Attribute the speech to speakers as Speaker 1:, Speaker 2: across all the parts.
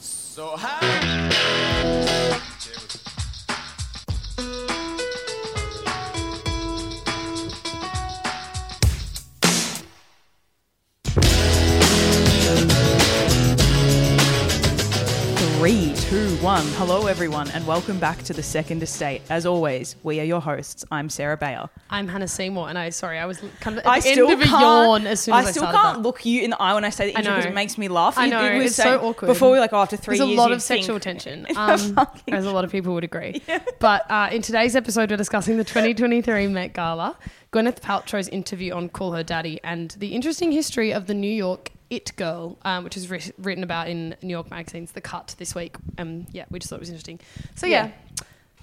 Speaker 1: So high.
Speaker 2: Three, two, one. Hello, everyone, and welcome back to the Second Estate. As always, we are your hosts. I'm Sarah Bayer.
Speaker 3: I'm Hannah Seymour, and I sorry, I was l- kind of at
Speaker 2: I
Speaker 3: the
Speaker 2: still
Speaker 3: end of a
Speaker 2: can't-
Speaker 3: yawn as soon as I,
Speaker 2: still
Speaker 3: started
Speaker 2: can't
Speaker 3: that.
Speaker 2: look you in the eye when I say the
Speaker 3: I
Speaker 2: intro because it
Speaker 3: know.
Speaker 2: makes me laugh.
Speaker 3: I
Speaker 2: You-
Speaker 3: know,
Speaker 2: it was
Speaker 3: it's so
Speaker 2: saying-
Speaker 3: awkward.
Speaker 2: Before we were like, oh, after three
Speaker 3: There's a
Speaker 2: years,
Speaker 3: lot
Speaker 2: you'd
Speaker 3: of sexual
Speaker 2: think-
Speaker 3: tension,
Speaker 2: If I
Speaker 3: um,
Speaker 2: fucking-
Speaker 3: as a lot of people would agree. But uh, in today's episode, we're discussing the 2023 Met Gala, Gwyneth Paltrow's interview on Call Her Daddy, and the interesting history of the New York It Girl, um, which is writ- written about in New York magazine's The Cut this week. Um, yeah, we just thought it was interesting. So yeah,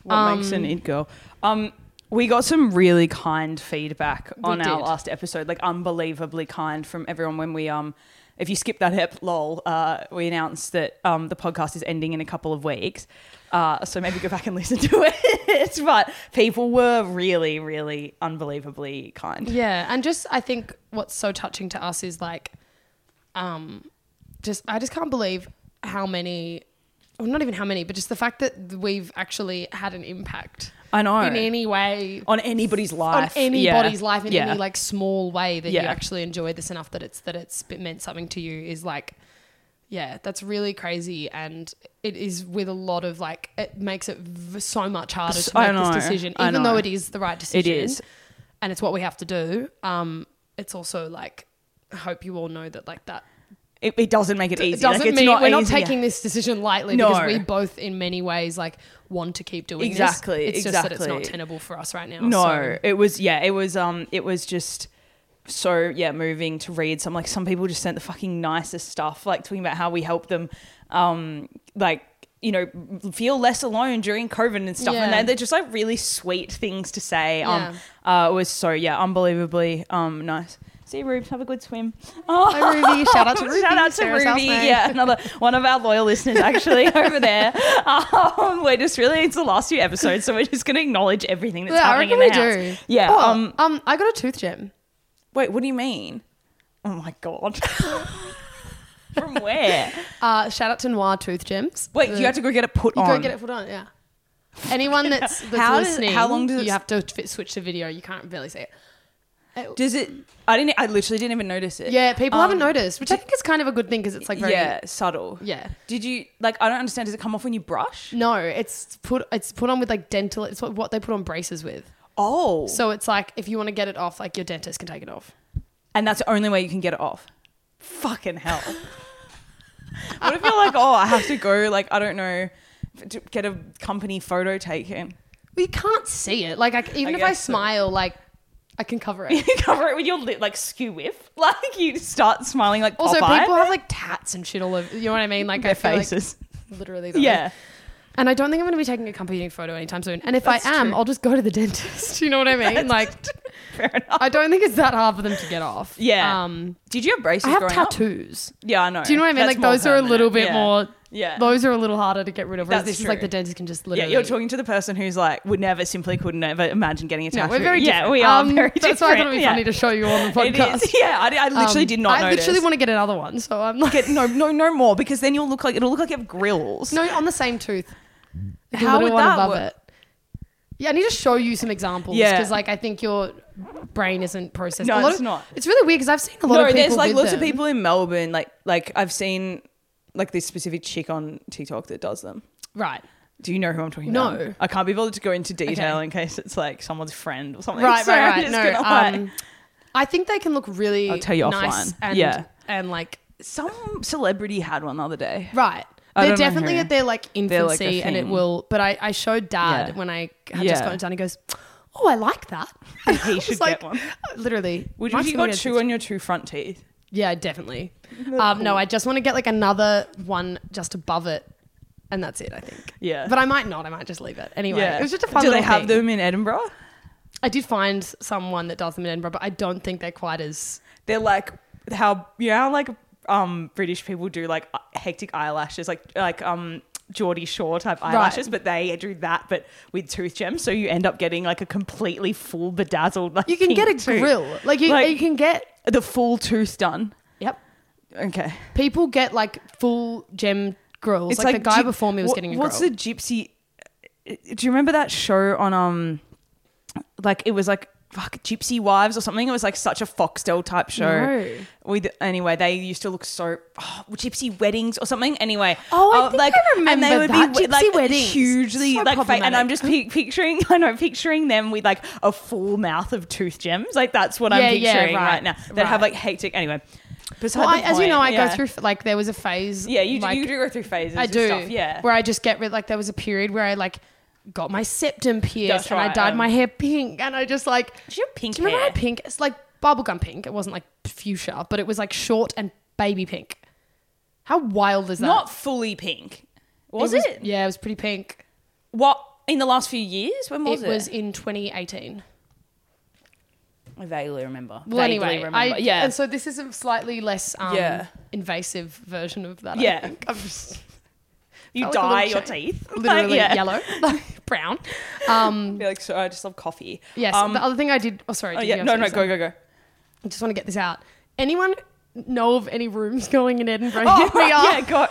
Speaker 2: What makes an it girl? Um, we got some really kind feedback on our
Speaker 3: did.
Speaker 2: last episode, like unbelievably kind from everyone when we um. If you skip that ep, lol, uh, we announced that um, the podcast is ending in a couple of weeks. Uh, so maybe go back and listen to it. but people were really, really unbelievably kind.
Speaker 3: Yeah, and just I think what's so touching to us is like, um, just I just can't believe how many, well, not even how many, but just the fact that we've actually had an impact
Speaker 2: I know.
Speaker 3: in any way
Speaker 2: on anybody's
Speaker 3: on
Speaker 2: life.
Speaker 3: anybody's
Speaker 2: Yeah.
Speaker 3: life in
Speaker 2: Yeah.
Speaker 3: any like small way that
Speaker 2: Yeah.
Speaker 3: you actually enjoy this enough that it's that it's it meant something to you is like yeah that's really crazy and it is with a lot of like it makes it v- so much harder
Speaker 2: S-
Speaker 3: to
Speaker 2: I
Speaker 3: make this
Speaker 2: know,
Speaker 3: decision
Speaker 2: I
Speaker 3: even
Speaker 2: know.
Speaker 3: though it is the right decision
Speaker 2: is.
Speaker 3: and it's what we have to do um it's also like I hope you all know that like that
Speaker 2: It, it doesn't make it easy.
Speaker 3: it doesn't
Speaker 2: like, it's
Speaker 3: mean
Speaker 2: not
Speaker 3: we're not
Speaker 2: easy. Yeah.
Speaker 3: taking this decision lightly
Speaker 2: No.
Speaker 3: because we both in many ways like want to keep doing
Speaker 2: Exactly,
Speaker 3: this. It's just that it's
Speaker 2: exactly.
Speaker 3: not tenable for us right now.
Speaker 2: No,
Speaker 3: so-
Speaker 2: it was yeah, it was um, it was just so yeah, moving to read some like some people just sent the fucking nicest stuff, like talking about how we help them, um, like you know feel less alone during COVID and stuff, and
Speaker 3: Yeah.
Speaker 2: they, they're just like really sweet things to say. Um, uh, it was so yeah, unbelievably um nice. See you, Rubes. Have a good swim. Oh.
Speaker 3: Hi, Ruby. Shout out to Ruby.
Speaker 2: Shout out to
Speaker 3: Sarah's
Speaker 2: Ruby.
Speaker 3: housemate.
Speaker 2: Yeah, another one of our loyal listeners actually over there. Um, we're just really it's the last few episodes, so we're just going to acknowledge everything that's
Speaker 3: I
Speaker 2: happening in
Speaker 3: reckon
Speaker 2: the
Speaker 3: we
Speaker 2: house.
Speaker 3: do.
Speaker 2: Yeah.
Speaker 3: Oh,
Speaker 2: Um.
Speaker 3: um, I got a tooth gem.
Speaker 2: Wait. What do you mean? Oh my god. From where?
Speaker 3: Uh, shout out to Noir Tooth Gems.
Speaker 2: Wait.
Speaker 3: The-
Speaker 2: You have to go get it put
Speaker 3: you
Speaker 2: on.
Speaker 3: go get it put on. Yeah. Anyone that's, that's
Speaker 2: How does-
Speaker 3: listening,
Speaker 2: how long does it
Speaker 3: you
Speaker 2: s-
Speaker 3: have to fit, switch to video? You can't barely see it. It-
Speaker 2: Does it? I didn't. I literally didn't even notice it.
Speaker 3: yeah, people
Speaker 2: Um,
Speaker 3: haven't noticed, which I think is kind of a good thing because it's like very
Speaker 2: yeah. Subtle.
Speaker 3: yeah.
Speaker 2: Did you like? I don't understand. Does it come off when you brush?
Speaker 3: No, it's put it's put on with like dental. It's what, what they put on braces with.
Speaker 2: Oh. So
Speaker 3: So it's like if you want to get it off, like your dentist can take it off.
Speaker 2: and that's the only way you can get it off. Fucking hell. what if you're like, oh, I have to go, like, I don't know, f- to get a company photo taken?
Speaker 3: Well, you can't see it. Like I c even if I
Speaker 2: guess so.
Speaker 3: smile, like I can cover it.
Speaker 2: You cover it with your lip, like, skew whiff. Like, you start smiling like
Speaker 3: Also,
Speaker 2: Popeye.
Speaker 3: people have like tats and shit all over. You know what I mean? Like
Speaker 2: their
Speaker 3: I feel like-
Speaker 2: faces.
Speaker 3: literally. Though.
Speaker 2: yeah.
Speaker 3: And I don't think I'm going to be taking a company photo anytime soon. And if
Speaker 2: That's
Speaker 3: I am,
Speaker 2: true.
Speaker 3: I'll just go to the dentist. You know what I mean? like
Speaker 2: Fair enough.
Speaker 3: I don't think it's that hard for them to get off.
Speaker 2: Yeah.
Speaker 3: Um,
Speaker 2: Did you have braces
Speaker 3: I have
Speaker 2: growing up?
Speaker 3: tattoos.
Speaker 2: Yeah, I know.
Speaker 3: Do you know what I mean?
Speaker 2: That's
Speaker 3: like
Speaker 2: more
Speaker 3: those are a little
Speaker 2: permanent.
Speaker 3: bit
Speaker 2: Yeah.
Speaker 3: more.
Speaker 2: Yeah.
Speaker 3: Those are a little harder to get rid of. Whereas
Speaker 2: That's
Speaker 3: this is like
Speaker 2: true.
Speaker 3: the dentist can just
Speaker 2: yeah,
Speaker 3: literally.
Speaker 2: you're talking to the person who's like would never, simply could never imagine getting a
Speaker 3: No,
Speaker 2: tattoo.
Speaker 3: we're very different.
Speaker 2: yeah, we are
Speaker 3: Um,
Speaker 2: very different.
Speaker 3: That's why I thought it'd be
Speaker 2: yeah.
Speaker 3: funny to show you on the
Speaker 2: It is.
Speaker 3: podcast.
Speaker 2: Yeah, I, I literally
Speaker 3: Um,
Speaker 2: did not.
Speaker 3: I
Speaker 2: notice.
Speaker 3: literally want to get another one, so I'm like,
Speaker 2: Get- no, no, no more because then you'll look like it'll look like you have grills.
Speaker 3: no, on the same tooth. The
Speaker 2: How
Speaker 3: little
Speaker 2: would
Speaker 3: one
Speaker 2: that
Speaker 3: above
Speaker 2: work?
Speaker 3: it. Yeah, I need to show you some examples
Speaker 2: Yeah.
Speaker 3: because, like, I think your brain isn't processing.
Speaker 2: No,
Speaker 3: a lot
Speaker 2: it's
Speaker 3: of-
Speaker 2: not.
Speaker 3: It's really weird because I've seen a lot
Speaker 2: no,
Speaker 3: of people.
Speaker 2: there's like
Speaker 3: with
Speaker 2: lots of
Speaker 3: them.
Speaker 2: people in Melbourne. Like, like I've seen like this specific chick on TikTok that does them.
Speaker 3: Right,
Speaker 2: Do you know who I'm talking
Speaker 3: No.
Speaker 2: about? I can't be bothered to go into detail
Speaker 3: Okay.
Speaker 2: in case it's like someone's friend or something.
Speaker 3: right,
Speaker 2: So I'm
Speaker 3: right, right.
Speaker 2: just
Speaker 3: No,
Speaker 2: gonna, like-
Speaker 3: um, I think they can look really.
Speaker 2: I'll tell you
Speaker 3: nice
Speaker 2: offline.
Speaker 3: And,
Speaker 2: Yeah.
Speaker 3: and like
Speaker 2: some celebrity had one the other day.
Speaker 3: right.
Speaker 2: I
Speaker 3: They're
Speaker 2: don't know
Speaker 3: definitely
Speaker 2: who.
Speaker 3: at their like
Speaker 2: They're, like, a
Speaker 3: infancy, and it
Speaker 2: thing.
Speaker 3: will. But I, I showed Dad
Speaker 2: Yeah.
Speaker 3: when I had
Speaker 2: Yeah.
Speaker 3: just gotten it done. He goes, "Oh, I like that."
Speaker 2: He should
Speaker 3: like,
Speaker 2: get one.
Speaker 3: Literally,
Speaker 2: Would you?
Speaker 3: mine's
Speaker 2: You
Speaker 3: gonna
Speaker 2: got
Speaker 3: be a-
Speaker 2: two on your two front teeth.
Speaker 3: Yeah, definitely. Um, no, I just want to get like another one just above it, and that's it. I think.
Speaker 2: Yeah.
Speaker 3: But I might not. I might just leave it anyway. It was just a fun.
Speaker 2: Do they
Speaker 3: little
Speaker 2: have
Speaker 3: thing.
Speaker 2: them in Edinburgh?
Speaker 3: I did find someone that does them in Edinburgh, but I don't think they're quite as.
Speaker 2: They're like how you know how like um British people do like hectic eyelashes, like like um Geordie Shore type eyelashes, but they do that but with tooth gems, so you end up getting like a completely full bedazzled. Like,
Speaker 3: You can get a
Speaker 2: pink tooth.
Speaker 3: grill. Like you,
Speaker 2: Like-
Speaker 3: you can get.
Speaker 2: the full tooth done.
Speaker 3: Yep.
Speaker 2: Okay,
Speaker 3: People get like full gem grills. like, the guy
Speaker 2: gyp-
Speaker 3: before me was
Speaker 2: what-
Speaker 3: getting a
Speaker 2: What's
Speaker 3: grill.
Speaker 2: the gypsy? uh, Do you remember that show on um, like it was like fuck Gypsy Wives or something? It was like such a Foxtel type show.
Speaker 3: No.
Speaker 2: With anyway, they used to look so oh, Gypsy Weddings or something. Anyway,
Speaker 3: Oh, I
Speaker 2: uh,
Speaker 3: think I
Speaker 2: and they
Speaker 3: remember
Speaker 2: would
Speaker 3: that.
Speaker 2: be
Speaker 3: Gypsy
Speaker 2: like
Speaker 3: Weddings.
Speaker 2: hugely
Speaker 3: So
Speaker 2: like, fa- and I'm
Speaker 3: problematic.
Speaker 2: just pic picturing, I know, picturing them with like a full mouth of tooth gems. Like that's what I'm
Speaker 3: Yeah, yeah,
Speaker 2: picturing
Speaker 3: right,
Speaker 2: right, now. That have
Speaker 3: right.
Speaker 2: like hectic. Anyway, beside
Speaker 3: Well,
Speaker 2: the
Speaker 3: I, as you
Speaker 2: point,
Speaker 3: know, I
Speaker 2: yeah.
Speaker 3: go through like there was a phase.
Speaker 2: Yeah, you, do-
Speaker 3: like,
Speaker 2: you do go through phases.
Speaker 3: I
Speaker 2: and
Speaker 3: do.
Speaker 2: Stuff, yeah.
Speaker 3: Where I just get rid like there was a period where I like got my septum pierced
Speaker 2: That's
Speaker 3: and I
Speaker 2: right,
Speaker 3: dyed
Speaker 2: um,
Speaker 3: my hair pink and I just like
Speaker 2: Did you have pink
Speaker 3: Do you remember I
Speaker 2: hair?
Speaker 3: had pink? It's like bubblegum pink. It wasn't like fuchsia, but it was like short and baby pink. How wild is that?
Speaker 2: Not fully pink. Was it?
Speaker 3: was- Yeah, it was pretty pink.
Speaker 2: What in the last few years? When was it?
Speaker 3: it was in 2018.
Speaker 2: I vaguely remember.
Speaker 3: Well,
Speaker 2: vaguely
Speaker 3: anyway,
Speaker 2: remember.
Speaker 3: I,
Speaker 2: yeah.
Speaker 3: And so this is a slightly less um,
Speaker 2: Yeah.
Speaker 3: invasive version of that. I
Speaker 2: Yeah.
Speaker 3: think. I'm just
Speaker 2: you
Speaker 3: felt like a
Speaker 2: dye
Speaker 3: little
Speaker 2: your
Speaker 3: cha-
Speaker 2: teeth.
Speaker 3: literally
Speaker 2: Like, yeah.
Speaker 3: yellow, like brown. Um,
Speaker 2: Be like, so I just love coffee.
Speaker 3: yes.
Speaker 2: Um,
Speaker 3: the other thing I did. Oh, sorry.
Speaker 2: oh,
Speaker 3: did you
Speaker 2: yeah.
Speaker 3: have
Speaker 2: No, no,
Speaker 3: something to
Speaker 2: go, go, go.
Speaker 3: say? I just want to get this out. Anyone know of any rooms going in Edinburgh?
Speaker 2: Oh,
Speaker 3: Here we are.
Speaker 2: yeah, go.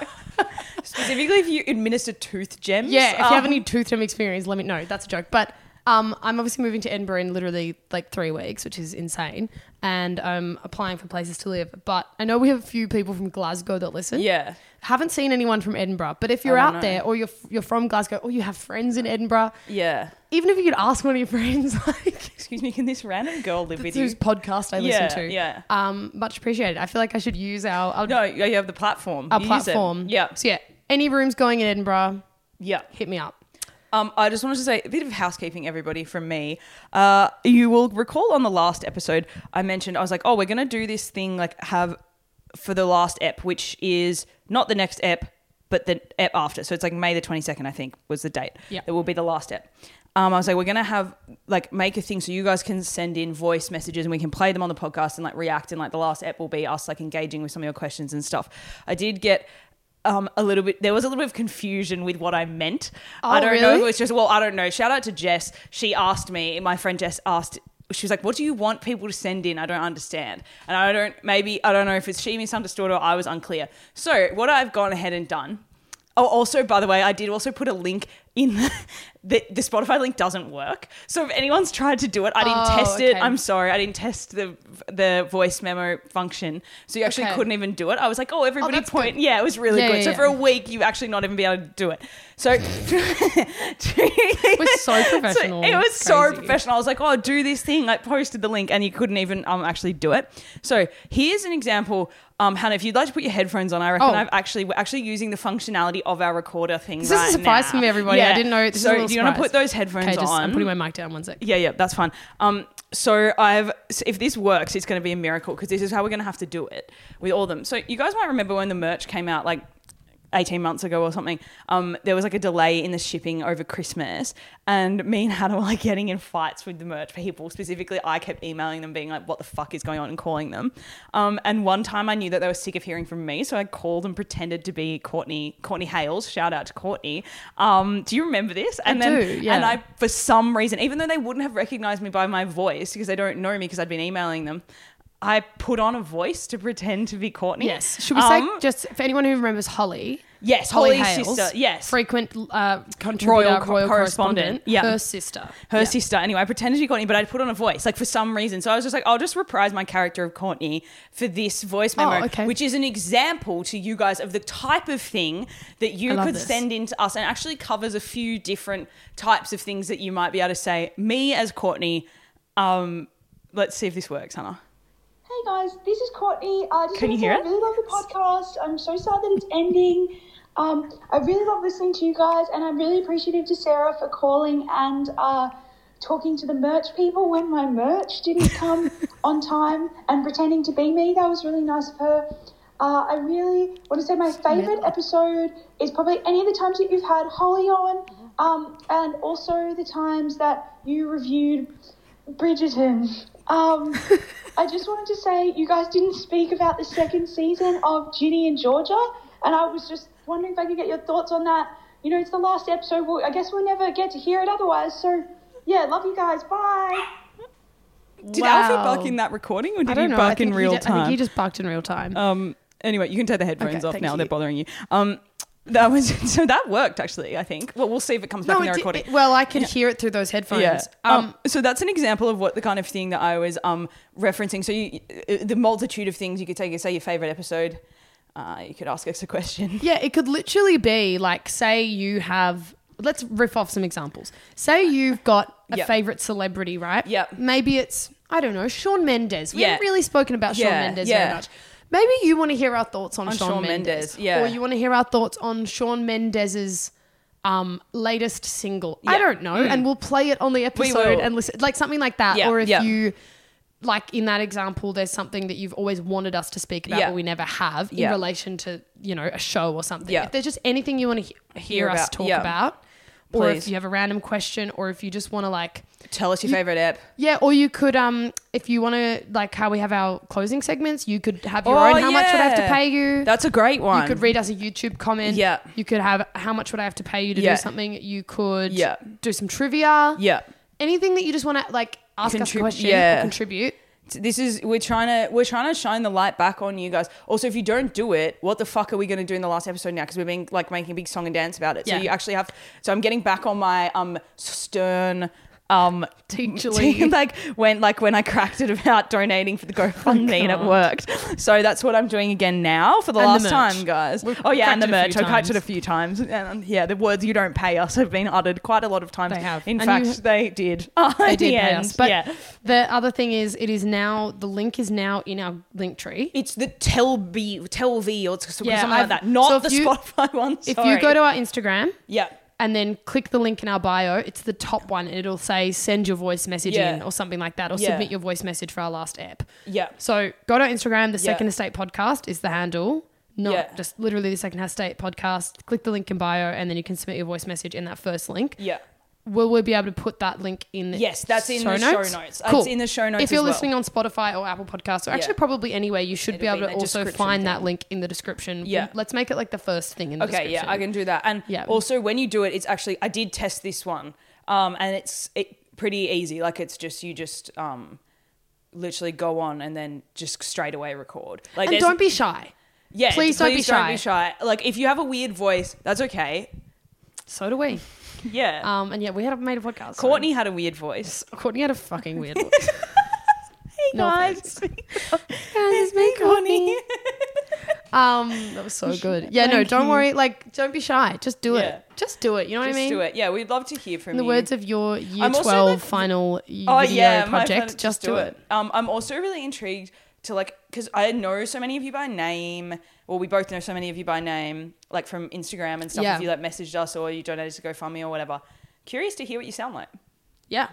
Speaker 2: Specifically, if you administer tooth gems.
Speaker 3: Yeah, if you have
Speaker 2: um,
Speaker 3: any tooth gem experience, let me know. That's a joke. But um, I'm obviously moving to Edinburgh in literally like three weeks, which is insane. And I'm applying for places to live. But I know we have a few people from Glasgow that listen.
Speaker 2: Yeah.
Speaker 3: Haven't seen anyone from Edinburgh. But if you're
Speaker 2: Oh,
Speaker 3: out
Speaker 2: no.
Speaker 3: there or you're, you're from Glasgow or you have friends in Edinburgh,
Speaker 2: Yeah.
Speaker 3: even if you could ask one of your friends, like,
Speaker 2: Excuse me, can this random girl live with
Speaker 3: whose
Speaker 2: you?
Speaker 3: podcast I
Speaker 2: Yeah,
Speaker 3: listen to,
Speaker 2: yeah.
Speaker 3: um, much appreciated. I feel like I should use our, our,
Speaker 2: No, you have the platform.
Speaker 3: our
Speaker 2: You use it.
Speaker 3: platform.
Speaker 2: Yeah.
Speaker 3: So, yeah, any rooms going in Edinburgh,
Speaker 2: Yeah.
Speaker 3: hit me up.
Speaker 2: Um, I just wanted to say a bit of housekeeping, everybody, from me. Uh, you will recall on the last episode, I mentioned I was like, "Oh, we're going to do this thing like have for the last ep, which is not the next ep, but the ep after." So it's like May the twenty second, I think, was the date.
Speaker 3: Yeah.
Speaker 2: it will be the last ep. Um, I was like, "We're going to have like make a thing so you guys can send in voice messages and we can play them on the podcast and like react." And like the last ep will be us like engaging with some of your questions and stuff. I did get. Um, a little bit. There was a little bit of confusion with what I meant. I
Speaker 3: Oh,
Speaker 2: don't know if
Speaker 3: really?
Speaker 2: it was just well, I don't know. Shout out to Jess. She asked me, my friend Jess asked she was like, What do you want people to send in? I don't understand. And I don't maybe I don't know if it's she misunderstood or I was unclear. So what I've gone ahead and done. Oh, also, by the way, I did also put a link in the, the, Spotify link doesn't work. So if anyone's tried to do it, I didn't
Speaker 3: Oh,
Speaker 2: test it.
Speaker 3: okay.
Speaker 2: I'm sorry, I didn't test the the voice memo function. So you actually
Speaker 3: Okay.
Speaker 2: couldn't even do it. I was like, oh, everybody
Speaker 3: that's
Speaker 2: point. Yeah, it was really
Speaker 3: Yeah,
Speaker 2: good.
Speaker 3: yeah,
Speaker 2: so
Speaker 3: yeah.
Speaker 2: for a week, you actually not even be able to do it. So
Speaker 3: We're so
Speaker 2: So
Speaker 3: professional.
Speaker 2: it was
Speaker 3: It's
Speaker 2: so
Speaker 3: crazy.
Speaker 2: professional. I was like, oh, do this thing. Like posted the link and you couldn't even um, actually do it. So here's an example. Um, Hannah, if you'd like to put your headphones on, I reckon
Speaker 3: Oh.
Speaker 2: I've actually we're actually using the functionality of our recorder thing.
Speaker 3: This is a
Speaker 2: right
Speaker 3: surprise
Speaker 2: now.
Speaker 3: for me, everybody. I didn't know- this is
Speaker 2: so
Speaker 3: a little
Speaker 2: do you want to
Speaker 3: surprise.
Speaker 2: put those headphones
Speaker 3: Okay, just,
Speaker 2: on?
Speaker 3: I'm putting my mic down one sec.
Speaker 2: yeah, yeah, that's fine. Um, so I've so if this works, it's going to be a miracle because this is how we're going to have to do it with all of them. So you guys might remember when the merch came out, like. 18 months ago or something, um, there was like a delay in the shipping over Christmas. And me and Hannah were like getting in fights with the merch people. Specifically, I kept emailing them, being like, what the fuck is going on, and calling them. Um, and one time I knew that they were sick of hearing from me. So I called and pretended to be Courtney, Courtney Hales. Shout out to Courtney. Um, do you remember this? And then,
Speaker 3: do, yeah.
Speaker 2: and I for some reason, even though they wouldn't have recognized me by my voice because they don't know me because I'd been emailing them, I put on a voice to pretend to be Courtney.
Speaker 3: Yes. Should we
Speaker 2: Um,
Speaker 3: say just for anyone who remembers Holly?
Speaker 2: yes,
Speaker 3: Holly,
Speaker 2: Holly's
Speaker 3: Hales,
Speaker 2: sister. Yes,
Speaker 3: frequent uh, contributor,
Speaker 2: Royal
Speaker 3: royal,
Speaker 2: co- correspondent.
Speaker 3: correspondent.
Speaker 2: Yeah.
Speaker 3: her sister.
Speaker 2: her
Speaker 3: Yeah.
Speaker 2: sister. Anyway, I pretended to be Courtney, but I put on a voice, like for some reason. So I was just like, I'll just reprise my character of Courtney for this voice memo,
Speaker 3: Oh, okay.
Speaker 2: which is an example to you guys of the type of thing that you
Speaker 3: I love
Speaker 2: could
Speaker 3: this.
Speaker 2: send in to us and actually covers a few different types of things that you might be able to say. Me as Courtney, um, let's see if this works, Hannah.
Speaker 1: Hey guys, this is Courtney. I just
Speaker 2: Can
Speaker 1: wanted
Speaker 2: you hear
Speaker 1: to say
Speaker 2: it?
Speaker 1: I really love the podcast. I'm so sad that it's ending. Um, I really love listening to you guys, and I'm really appreciative to Sarah for calling and uh, talking to the merch people when my merch didn't come on time and pretending to be me. That was really nice of her. Uh, I really want to say my favorite episode is probably any of the times that you've had Holly on,
Speaker 2: Uh-huh.
Speaker 1: um, and also the times that you reviewed Bridgerton. Um, I just wanted to say you guys didn't speak about the second season of Ginny and Georgia, and I was just wondering if I could get your thoughts on that. You know, it's the last episode. Well, I guess we'll never get to hear it otherwise. So, yeah, love you guys. Bye.
Speaker 2: Did
Speaker 3: Wow.
Speaker 2: Alfie bark in that recording or
Speaker 3: I
Speaker 2: did he
Speaker 3: don't know. I
Speaker 2: bark
Speaker 3: think
Speaker 2: in
Speaker 3: he
Speaker 2: real
Speaker 3: did- I
Speaker 2: time? Uh,
Speaker 3: think he just barked in real time.
Speaker 2: um, anyway, you can take the headphones
Speaker 3: Okay,
Speaker 2: off
Speaker 3: thank
Speaker 2: now.
Speaker 3: you.
Speaker 2: They're bothering you. Um, That was so that worked actually. I think. Well, we'll see if it comes back in
Speaker 3: it
Speaker 2: the
Speaker 3: did-
Speaker 2: recording.
Speaker 3: it- well, I could hear it through those headphones.
Speaker 2: yeah.
Speaker 3: Um,
Speaker 2: Um, so that's an example of what the kind of thing that I was um, referencing. So you, uh, the multitude of things you could take. Say your favorite episode. Uh, you could ask us a question.
Speaker 3: Yeah, it could literally be like, say you have. Let's riff off some examples. Say you've got a
Speaker 2: Yep.
Speaker 3: favorite celebrity, right?
Speaker 2: Yep.
Speaker 3: Maybe it's I don't know Sean Mendes. We
Speaker 2: Yeah.
Speaker 3: haven't really spoken about Sean
Speaker 2: Yeah,
Speaker 3: Mendes
Speaker 2: yeah.
Speaker 3: very much. Maybe you want to hear our thoughts on,
Speaker 2: On
Speaker 3: Sean,
Speaker 2: Shawn
Speaker 3: Mendes,
Speaker 2: Mendes, yeah.
Speaker 3: or you want to hear our thoughts on Sean Mendes's um, latest single. I
Speaker 2: Yeah. Mm.
Speaker 3: don't know, and we'll play it on the episode
Speaker 2: will.
Speaker 3: and listen, like something like that.
Speaker 2: Yeah,
Speaker 3: Or if
Speaker 2: yeah.
Speaker 3: you like in that example, there's something that you've always wanted us to speak about,
Speaker 2: Yeah.
Speaker 3: but we never have
Speaker 2: Yeah.
Speaker 3: in relation to you know a show or something.
Speaker 2: Yeah.
Speaker 3: If there's just anything you want to he- hear
Speaker 2: Hear
Speaker 3: us
Speaker 2: about-
Speaker 3: talk
Speaker 2: yeah.
Speaker 3: about, or if
Speaker 2: Please.
Speaker 3: you have a random question, or if you just want to like,
Speaker 2: Tell us your favorite app.
Speaker 3: yeah, or you could um, if you want to like how we have our closing segments, you could have your
Speaker 2: Oh,
Speaker 3: own. How much would I have to
Speaker 2: yeah.
Speaker 3: pay you?
Speaker 2: That's a great one.
Speaker 3: you could read us a YouTube comment.
Speaker 2: Yeah.
Speaker 3: You could have how much would I have to pay you to
Speaker 2: Yeah.
Speaker 3: do something? You could
Speaker 2: Yeah.
Speaker 3: do some trivia.
Speaker 2: Yeah.
Speaker 3: Anything that you just want to like ask us a
Speaker 2: Contrib-
Speaker 3: question or
Speaker 2: yeah.
Speaker 3: contribute.
Speaker 2: this is we're trying to we're trying to shine the light back on you guys also if you don't do it what the fuck are we going to do in the last episode now because we've been like making a big song and dance about it
Speaker 3: Yeah.
Speaker 2: so you actually have so i'm getting back on my um stern um
Speaker 3: Teacherly.
Speaker 2: team, like when like when i cracked it about donating for the gofundme and it
Speaker 3: Oh God.
Speaker 2: worked so that's what i'm doing again now for the
Speaker 3: And the
Speaker 2: last
Speaker 3: merch.
Speaker 2: time guys
Speaker 3: We've
Speaker 2: oh yeah and the
Speaker 3: cracked
Speaker 2: merch
Speaker 3: it a
Speaker 2: i
Speaker 3: few
Speaker 2: cracked it a
Speaker 3: times.
Speaker 2: few times and, um, yeah the words you don't pay us have been uttered quite a lot of times
Speaker 3: They have.
Speaker 2: in
Speaker 3: And
Speaker 2: fact
Speaker 3: you-
Speaker 2: they did they
Speaker 3: did
Speaker 2: the
Speaker 3: pay
Speaker 2: end
Speaker 3: us. But
Speaker 2: yeah
Speaker 3: the other thing is, it is now the link is now in our link tree.
Speaker 2: It's the Telby, Telv or s- something
Speaker 3: Yeah,
Speaker 2: like
Speaker 3: I've-
Speaker 2: that. Not
Speaker 3: so if
Speaker 2: the
Speaker 3: you-
Speaker 2: Spotify one.
Speaker 3: If
Speaker 2: sorry.
Speaker 3: you go to our Instagram
Speaker 2: yeah,
Speaker 3: and then click the link in our bio, it's the top one, and it'll say send your voice message
Speaker 2: Yeah.
Speaker 3: in or something like that, or
Speaker 2: Yeah.
Speaker 3: submit your voice message for our last app.
Speaker 2: yeah,
Speaker 3: So go to our Instagram. The
Speaker 2: Yeah.
Speaker 3: Second Estate Podcast is the handle. Not
Speaker 2: Yeah.
Speaker 3: just literally the Second Estate Podcast. Click the link in bio, and then you can submit your voice message in that first link.
Speaker 2: yeah.
Speaker 3: Will we be able to put that link in? The
Speaker 2: Yes, that's in
Speaker 3: show
Speaker 2: the show
Speaker 3: notes?
Speaker 2: notes. It's in the show notes
Speaker 3: If you're
Speaker 2: as well.
Speaker 3: listening on Spotify or Apple Podcasts, or
Speaker 2: Yeah.
Speaker 3: actually probably anywhere, you should be
Speaker 2: It'll be
Speaker 3: able to
Speaker 2: in the
Speaker 3: also
Speaker 2: description
Speaker 3: find
Speaker 2: thing.
Speaker 3: that link in the description.
Speaker 2: Yeah.
Speaker 3: let's make it like the first thing in the
Speaker 2: Okay,
Speaker 3: description.
Speaker 2: yeah, I can do that. And
Speaker 3: Yeah.
Speaker 2: also, when you do it, it's actually I did test this one, um, and it's it pretty easy. Like it's just you just um, literally go on and then just straight away record. Like
Speaker 3: And
Speaker 2: there's-
Speaker 3: don't be shy.
Speaker 2: yeah,
Speaker 3: please don't be shy.
Speaker 2: Like if you have a weird voice, that's okay.
Speaker 3: So do we.
Speaker 2: Yeah,
Speaker 3: Um, and yeah, we had a made a podcast. so-
Speaker 2: Courtney had a weird voice.
Speaker 3: Courtney had a fucking weird voice.
Speaker 2: Hey
Speaker 3: No
Speaker 2: guys,
Speaker 3: it's me, Courtney. um, that was so good. Yeah, no, don't worry. Like, don't be shy. Just do
Speaker 2: Yeah.
Speaker 3: it. Just do it. You know what I
Speaker 2: just
Speaker 3: mean?
Speaker 2: do it. Yeah, we'd love to hear from
Speaker 3: In the
Speaker 2: you.
Speaker 3: words of your year
Speaker 2: I'm also,
Speaker 3: twelve
Speaker 2: like, Oh,
Speaker 3: final video
Speaker 2: my
Speaker 3: project,
Speaker 2: friend,
Speaker 3: just, do it.
Speaker 2: Um, I'm also really intrigued to like because I know so many of you by name. Well, we both know so many of you by name, like from Instagram and stuff.
Speaker 3: Yeah.
Speaker 2: If you like messaged us or you donated to GoFundMe or whatever, curious to hear what you sound like.
Speaker 3: Yeah.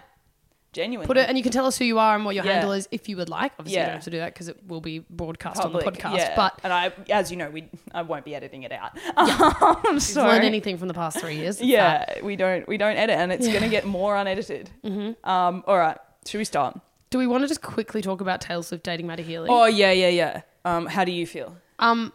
Speaker 2: Genuinely,
Speaker 3: Put it, and you can tell us who you are and what your
Speaker 2: Yeah.
Speaker 3: handle is if you would like. Obviously, you
Speaker 2: Yeah.
Speaker 3: don't have to do that because it will be broadcast
Speaker 2: public,
Speaker 3: on the podcast.
Speaker 2: yeah.
Speaker 3: But
Speaker 2: and I, as you know, we I won't be editing it out. I'm
Speaker 3: if you've learned
Speaker 2: sorry.
Speaker 3: anything from the past three years, it's
Speaker 2: Yeah,
Speaker 3: that.
Speaker 2: we don't we don't edit, and it's gonna get more unedited.
Speaker 3: Mm-hmm.
Speaker 2: Um, all right, should we start?
Speaker 3: Do we want to just quickly talk about Taylor Swift dating Maddie Healy?
Speaker 2: Oh yeah, yeah, yeah. Um, how do you feel?
Speaker 3: Um,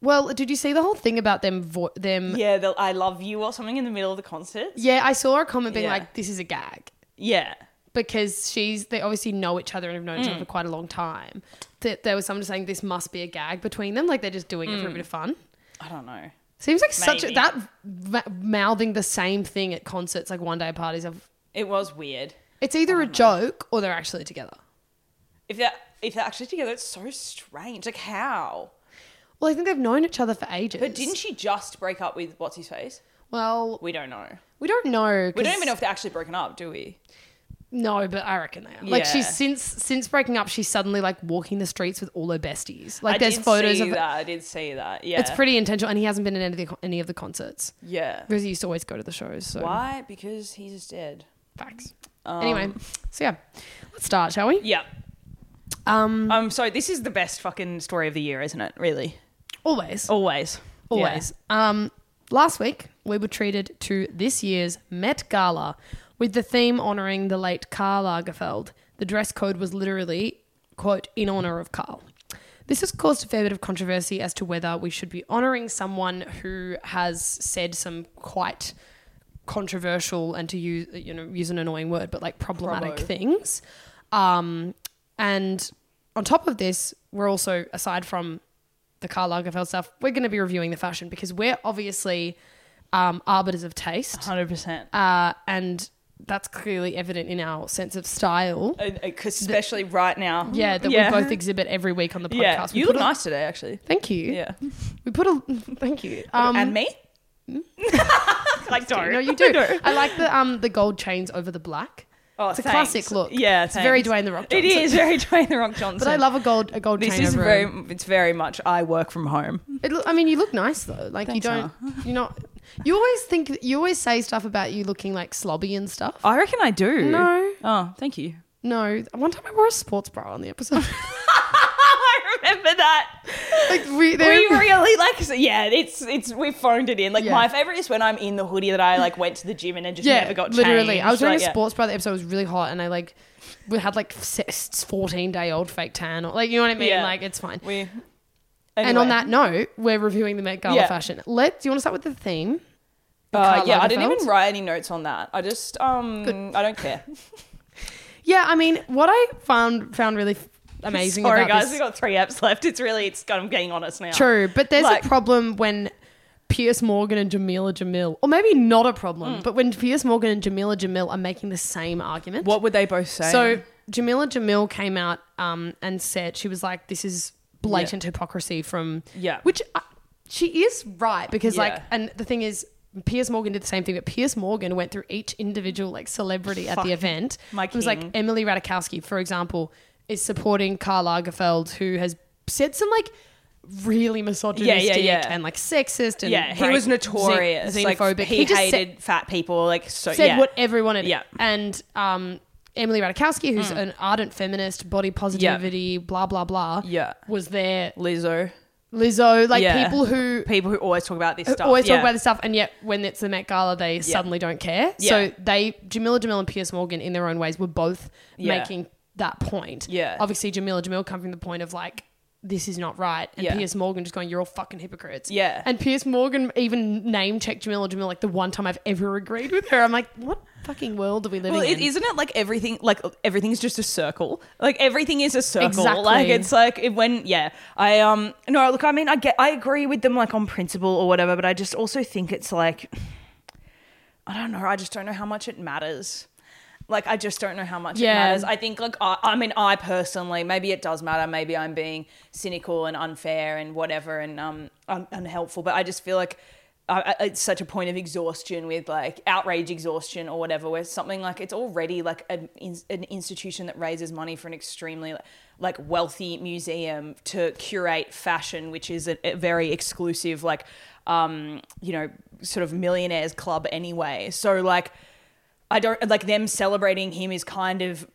Speaker 3: well, did you see the whole thing about them? Vo- them? Yeah.
Speaker 2: Yeah, the I love you or something in the middle of the concert.
Speaker 3: I saw a comment being
Speaker 2: Yeah.
Speaker 3: like, "This is a gag."
Speaker 2: Yeah.
Speaker 3: because she's they obviously know each other and have known
Speaker 2: Mm.
Speaker 3: each other for quite a long time. That there was someone saying this must be a gag between them, like they're just doing it for a bit of fun.
Speaker 2: I don't know.
Speaker 3: Seems like such a,
Speaker 2: Mm. Maybe.
Speaker 3: that ma- mouthing the same thing at concerts, like one day parties. Of
Speaker 2: It was weird.
Speaker 3: it's either a joke or they're actually together.
Speaker 2: If they're if they're actually together, it's so strange. Like how?
Speaker 3: Well, I think they've known each other for ages.
Speaker 2: But didn't she just break up with what's his face?
Speaker 3: Well,
Speaker 2: We don't know.
Speaker 3: we don't know.
Speaker 2: We
Speaker 3: 'cause-
Speaker 2: don't even know if they're actually broken up, do we?
Speaker 3: No, but I reckon they are. Like
Speaker 2: Yeah.
Speaker 3: she's since since breaking up, she's suddenly like walking the streets with all her besties. Like
Speaker 2: I
Speaker 3: there's
Speaker 2: did
Speaker 3: photos
Speaker 2: see
Speaker 3: of.
Speaker 2: that. I did see that. Yeah.
Speaker 3: It's pretty intentional, and he hasn't been in any of the any of the concerts
Speaker 2: Yeah.
Speaker 3: because he used to always go to the shows. So
Speaker 2: Why? Because he's dead.
Speaker 3: Facts.
Speaker 2: Um,
Speaker 3: anyway, so yeah, let's start, shall we?
Speaker 2: Yeah.
Speaker 3: Um,
Speaker 2: Um. So this is the best fucking story of the year, isn't it? Really.
Speaker 3: always,
Speaker 2: Always.
Speaker 3: always. Um, last week we were treated to this year's Met Gala with the theme honoring the late Karl Lagerfeld. The dress code was literally quote in honor of Karl. This has caused a fair bit of controversy as to whether we should be honoring someone who has said some quite controversial and to use you know use an annoying word but like problematic
Speaker 2: Probo.
Speaker 3: things um and on top of this we're also aside from the Karl Lagerfeld stuff, we're going to be reviewing the fashion because we're obviously um, arbiters of taste.
Speaker 2: Hundred percent.
Speaker 3: Uh, and that's clearly evident in our sense of style.
Speaker 2: Especially right now.
Speaker 3: Yeah, that we both exhibit every week on the podcast.
Speaker 2: Yeah,
Speaker 3: We
Speaker 2: you
Speaker 3: put
Speaker 2: look
Speaker 3: a-
Speaker 2: nice today, actually.
Speaker 3: Thank you.
Speaker 2: Yeah,
Speaker 3: We put a thank you. Um,
Speaker 2: and me. Hmm? I don't.
Speaker 3: No, you do. I like the um the gold chains over the black.
Speaker 2: Oh,
Speaker 3: It's a
Speaker 2: thanks.
Speaker 3: classic look.
Speaker 2: Yeah,
Speaker 3: It's very
Speaker 2: thanks.
Speaker 3: Dwayne the Rock
Speaker 2: It
Speaker 3: Johnson.
Speaker 2: is very Dwayne the Rock Johnson.
Speaker 3: But I love a gold a gold
Speaker 2: this
Speaker 3: chain
Speaker 2: is
Speaker 3: over.
Speaker 2: very.
Speaker 3: a-
Speaker 2: It's very much. I work from home.
Speaker 3: It, loo- I mean, you look nice though. Like you
Speaker 2: Thanks,
Speaker 3: don't. You're not. You always think you always say stuff about you looking like slobby and stuff.
Speaker 2: I reckon I do.
Speaker 3: No.
Speaker 2: Oh, thank you.
Speaker 3: No, one time I wore a sports bra on the episode.
Speaker 2: I remember that.
Speaker 3: like we,
Speaker 2: We
Speaker 3: there,
Speaker 2: really like, so- yeah. It's it's we phoned it in. Like
Speaker 3: Yeah.
Speaker 2: my favorite is when I'm in the hoodie that I like went to the gym in and just
Speaker 3: yeah,
Speaker 2: never got
Speaker 3: literally. I was
Speaker 2: changed.
Speaker 3: wearing
Speaker 2: Like,
Speaker 3: a
Speaker 2: yeah.
Speaker 3: sports bra. The episode was really hot, and I like we had like fourteen day old fake tan, or like you know what I mean.
Speaker 2: Yeah.
Speaker 3: Like it's fine.
Speaker 2: We.
Speaker 3: And
Speaker 2: Anyway.
Speaker 3: on that note, we're reviewing the Met Gala
Speaker 2: Yeah.
Speaker 3: fashion. Let do you want to start with the theme? The
Speaker 2: Uh,
Speaker 3: Karl
Speaker 2: yeah, I didn't
Speaker 3: Lagerfeld?
Speaker 2: even write any notes on that. I just, um, I don't care.
Speaker 3: Yeah, I mean, what I found found really f- amazing
Speaker 2: Sorry,
Speaker 3: about
Speaker 2: guys,
Speaker 3: this.
Speaker 2: we got three apps left. It's really, it's I'm getting honest now.
Speaker 3: True, but there's
Speaker 2: Like-
Speaker 3: a problem when Pierce Morgan and Jamila Jamil, or maybe not a problem,
Speaker 2: Mm.
Speaker 3: but when Pierce Morgan and Jamila Jamil are making the same argument.
Speaker 2: What would they both say?
Speaker 3: So Jamila Jamil came out um, and said she was like, "This is blatant hypocrisy from
Speaker 2: Yeah.
Speaker 3: which I, she is right because like,
Speaker 2: Yeah.
Speaker 3: and the thing is. Piers Morgan did the same thing, but Piers Morgan went through each individual like celebrity at the event.
Speaker 2: my
Speaker 3: it was like
Speaker 2: king.
Speaker 3: Emily Ratajkowski, for example, is supporting Karl Lagerfeld, who has said some like really misogynistic
Speaker 2: yeah.
Speaker 3: and like sexist and
Speaker 2: yeah, he
Speaker 3: ra-
Speaker 2: was notorious.
Speaker 3: xen-
Speaker 2: Like,
Speaker 3: xenophobic.
Speaker 2: he,
Speaker 3: just said-
Speaker 2: hated fat people. Like, so,
Speaker 3: said
Speaker 2: yeah.
Speaker 3: what everyone had.
Speaker 2: Yeah. Mm.
Speaker 3: And um, Emily Ratajkowski, who's an ardent feminist, body positivity, blah blah blah.
Speaker 2: Yeah.
Speaker 3: was there.
Speaker 2: Lizzo.
Speaker 3: Lizzo, like
Speaker 2: Yeah.
Speaker 3: people who
Speaker 2: People who always talk about this stuff.
Speaker 3: Uh, always
Speaker 2: yeah.
Speaker 3: talk about this stuff, and yet when it's the Met Gala, they suddenly don't care.
Speaker 2: Yeah.
Speaker 3: So they, Jamila Jamil and Pierce Morgan, in their own ways, were both
Speaker 2: Yeah.
Speaker 3: making that point.
Speaker 2: Yeah.
Speaker 3: Obviously, Jamila Jamil come from the point of like. This is not right. And
Speaker 2: Yeah.
Speaker 3: Pierce Morgan just going, You're all fucking hypocrites.
Speaker 2: Yeah.
Speaker 3: And Pierce Morgan even name checked Jamila Jamil like the one time I've ever agreed with her. I'm like, What fucking world are we living
Speaker 2: Well,
Speaker 3: in?
Speaker 2: it, isn't it like everything? Like everything's just a circle. Like everything is a circle.
Speaker 3: Exactly.
Speaker 2: Like it's like it, when yeah. I um no look. I mean I get I agree with them like on principle or whatever, but I just also think it's like I don't know. I just don't know how much it matters. Like I just don't know how much
Speaker 3: Yeah.
Speaker 2: it matters. I think like I, I mean I personally maybe it does matter. Maybe I'm being cynical and unfair and whatever and um un- unhelpful. But I just feel like I, I, it's such a point of exhaustion with like outrage exhaustion or whatever, where something like it's already like an, in, an institution that raises money for an extremely like wealthy museum to curate fashion, which is a, a very exclusive like um you know sort of millionaires club anyway. So like. I don't like them celebrating him is kind of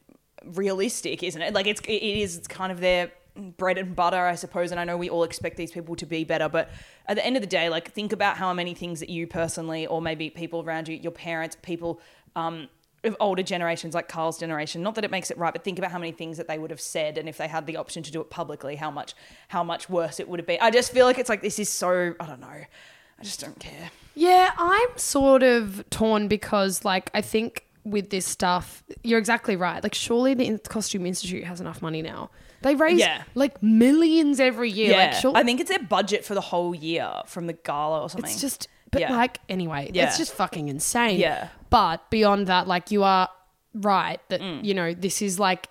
Speaker 2: realistic, isn't it? Like it's it is it's kind of their bread and butter, I suppose. And I know we all expect these people to be better, but at the end of the day, like think about how many things that you personally, or maybe people around you, your parents, people. Um, of older generations like Carl's generation, not that it makes it right, but think about how many things that they would have said, and if they had the option to do it publicly, how much how much worse it would have been. I just feel like it's like this is so I don't know, I just don't care.
Speaker 3: Yeah, I'm sort of torn because, like, I think with this stuff, you're exactly right. Like, surely the In- Costume Institute has enough money now. They raise
Speaker 2: Yeah.
Speaker 3: like millions every year.
Speaker 2: Yeah,
Speaker 3: Like, sure,
Speaker 2: I think it's their budget for the whole year from the gala or something.
Speaker 3: it's just, but
Speaker 2: Yeah.
Speaker 3: like, anyway,
Speaker 2: Yeah.
Speaker 3: it's just fucking insane.
Speaker 2: Yeah.
Speaker 3: But beyond that, like, you are right that
Speaker 2: Mm.
Speaker 3: you know this is like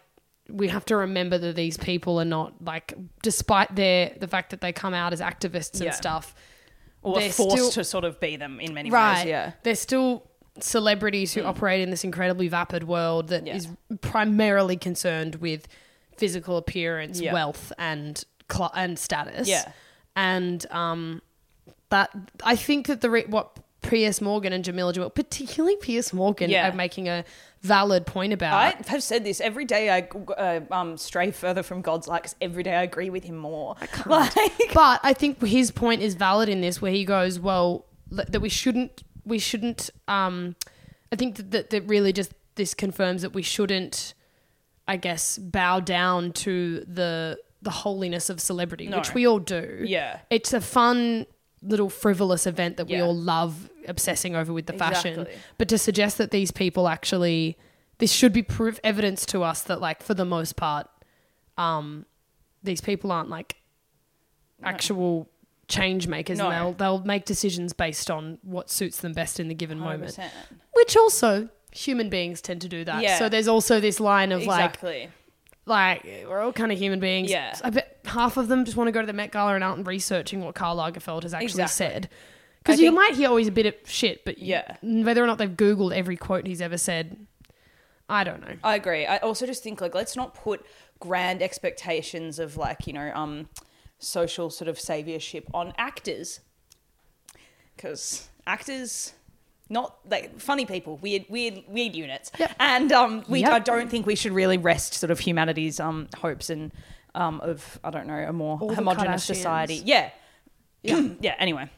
Speaker 3: we have to remember that these people are not like, despite their the fact that they come out as activists
Speaker 2: Yeah.
Speaker 3: and stuff,
Speaker 2: or
Speaker 3: they're
Speaker 2: forced
Speaker 3: still-
Speaker 2: to sort of be them in many ways. Yeah, Hmm.
Speaker 3: They're still celebrities who operate in this incredibly vapid world that
Speaker 2: Yeah.
Speaker 3: is primarily concerned with physical appearance,
Speaker 2: Yeah.
Speaker 3: wealth, and cl- and status.
Speaker 2: Yeah.
Speaker 3: and um, that I think that the re- what Pierce Morgan and Jamila Jamil, particularly Pierce Morgan,
Speaker 2: Yeah.
Speaker 3: are making a valid point about.
Speaker 2: I have said this every day. I uh, um, stray further from God's likes. Every day I agree with him more. I can't. Like,
Speaker 3: but I think his point is valid in this, where he goes, well, l- that we shouldn't, we shouldn't. Um, I think that, that that really just this confirms that we shouldn't, I guess, bow down to the the holiness of celebrity,
Speaker 2: No.
Speaker 3: which we all do.
Speaker 2: Yeah.
Speaker 3: it's a fun little frivolous event that we
Speaker 2: Yeah.
Speaker 3: all love obsessing over with the fashion.
Speaker 2: Exactly.
Speaker 3: But to suggest that these people actually, this should be proof evidence to us that, like, for the most part, um, these people aren't like actual change makers
Speaker 2: No.
Speaker 3: and they'll, they'll make decisions based on what suits them best in the given moment.
Speaker 2: 100%.
Speaker 3: Which also human beings tend to do that.
Speaker 2: Yeah.
Speaker 3: So there's also this line of like
Speaker 2: Exactly.
Speaker 3: like we're all kind of human beings.
Speaker 2: Yeah.
Speaker 3: I bet half of them just want to go to the Met Gala and out and researching what Karl Lagerfeld has actually
Speaker 2: Exactly.
Speaker 3: said.
Speaker 2: I
Speaker 3: Because you
Speaker 2: think-
Speaker 3: might hear always a bit of shit, but you-
Speaker 2: Yeah.
Speaker 3: whether or not they've Googled every quote he's ever said, I don't know.
Speaker 2: I agree. I also just think like let's not put grand expectations of like you know um social sort of saviorship on actors because actors not like funny people weird weird weird units
Speaker 3: Yep.
Speaker 2: and um we
Speaker 3: Yep.
Speaker 2: I don't think we should really rest sort of humanity's um hopes and um of I don't know a more
Speaker 3: All the
Speaker 2: homogenous
Speaker 3: Kardashians.
Speaker 2: society yeah yeah yeah anyway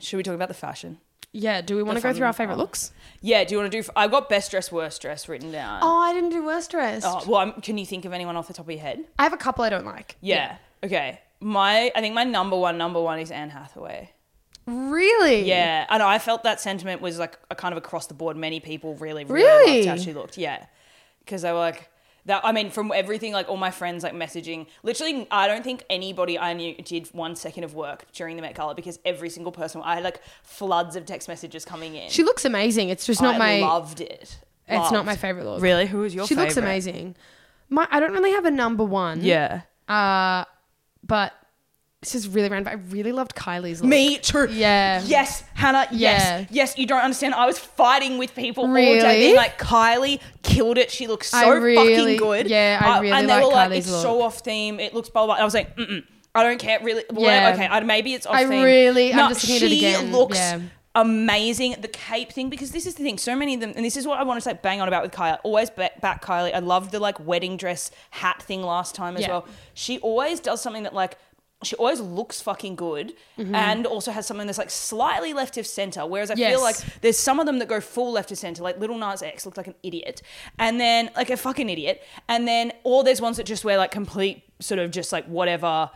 Speaker 2: should we talk about the fashion
Speaker 3: Yeah, do we want to go
Speaker 2: fun
Speaker 3: through our favourite
Speaker 2: part.
Speaker 3: looks?
Speaker 2: yeah do you want to do I've got best dress worst dress written down
Speaker 3: Oh, I didn't do worst dressed.
Speaker 2: Oh, well, I'm, can you think of anyone off the top of your head?
Speaker 3: I have a couple I don't like.
Speaker 2: Yeah. Okay. My, I think my number one, number one is Anne Hathaway.
Speaker 3: Really?
Speaker 2: Yeah, and I felt that sentiment was like a kind of across the board. Many people really, really,
Speaker 3: Really?
Speaker 2: liked how she looked. Yeah, because they were like that. I mean, from everything, like all my friends, like messaging. Literally, I don't think anybody I knew did one second of work during the Met Gala because every single person, I had like floods of text messages coming in.
Speaker 3: She looks amazing. It's just not
Speaker 2: I
Speaker 3: my
Speaker 2: loved it.
Speaker 3: it's not
Speaker 2: Loved.
Speaker 3: my favourite look.
Speaker 2: Really, who was your?
Speaker 3: She looks
Speaker 2: favourite?
Speaker 3: amazing. My I don't really have a number one.
Speaker 2: Yeah.
Speaker 3: Uh but this is really random. but I really loved Kylie's look.
Speaker 2: Me too.
Speaker 3: Yeah.
Speaker 2: Yes, Hannah.
Speaker 3: Yeah.
Speaker 2: Yes. Yes, you don't understand. I was fighting with people all
Speaker 3: Really?
Speaker 2: day, being like, Kylie killed it. She looks so
Speaker 3: I really-
Speaker 2: fucking good.
Speaker 3: yeah, I
Speaker 2: Uh,
Speaker 3: really
Speaker 2: And they
Speaker 3: like
Speaker 2: were like,
Speaker 3: Kylie's
Speaker 2: it's
Speaker 3: look.
Speaker 2: so off theme. It looks blah blah. blah. And I was like, mm mm. I don't care. Really. Well,
Speaker 3: Yeah.
Speaker 2: Okay. I, maybe it's off
Speaker 3: I
Speaker 2: theme.
Speaker 3: really- I'm
Speaker 2: No,
Speaker 3: just looking at it
Speaker 2: she
Speaker 3: again.
Speaker 2: looks.
Speaker 3: Yeah.
Speaker 2: Amazing the cape thing because this is the thing. So many of them, and this is what I want to like bang on about with Kylie. Always back, back Kylie. I love the like wedding dress hat thing last time as
Speaker 3: Yeah.
Speaker 2: well she always does something that like she always looks fucking good
Speaker 3: Mm-hmm.
Speaker 2: and also has something that's like slightly left of center. Whereas I
Speaker 3: Yes.
Speaker 2: feel like there's some of them that go full left of center, like Little Nas X looked like an idiot, and then like a fucking idiot, and then or there's ones that just wear like complete sort of just like whatever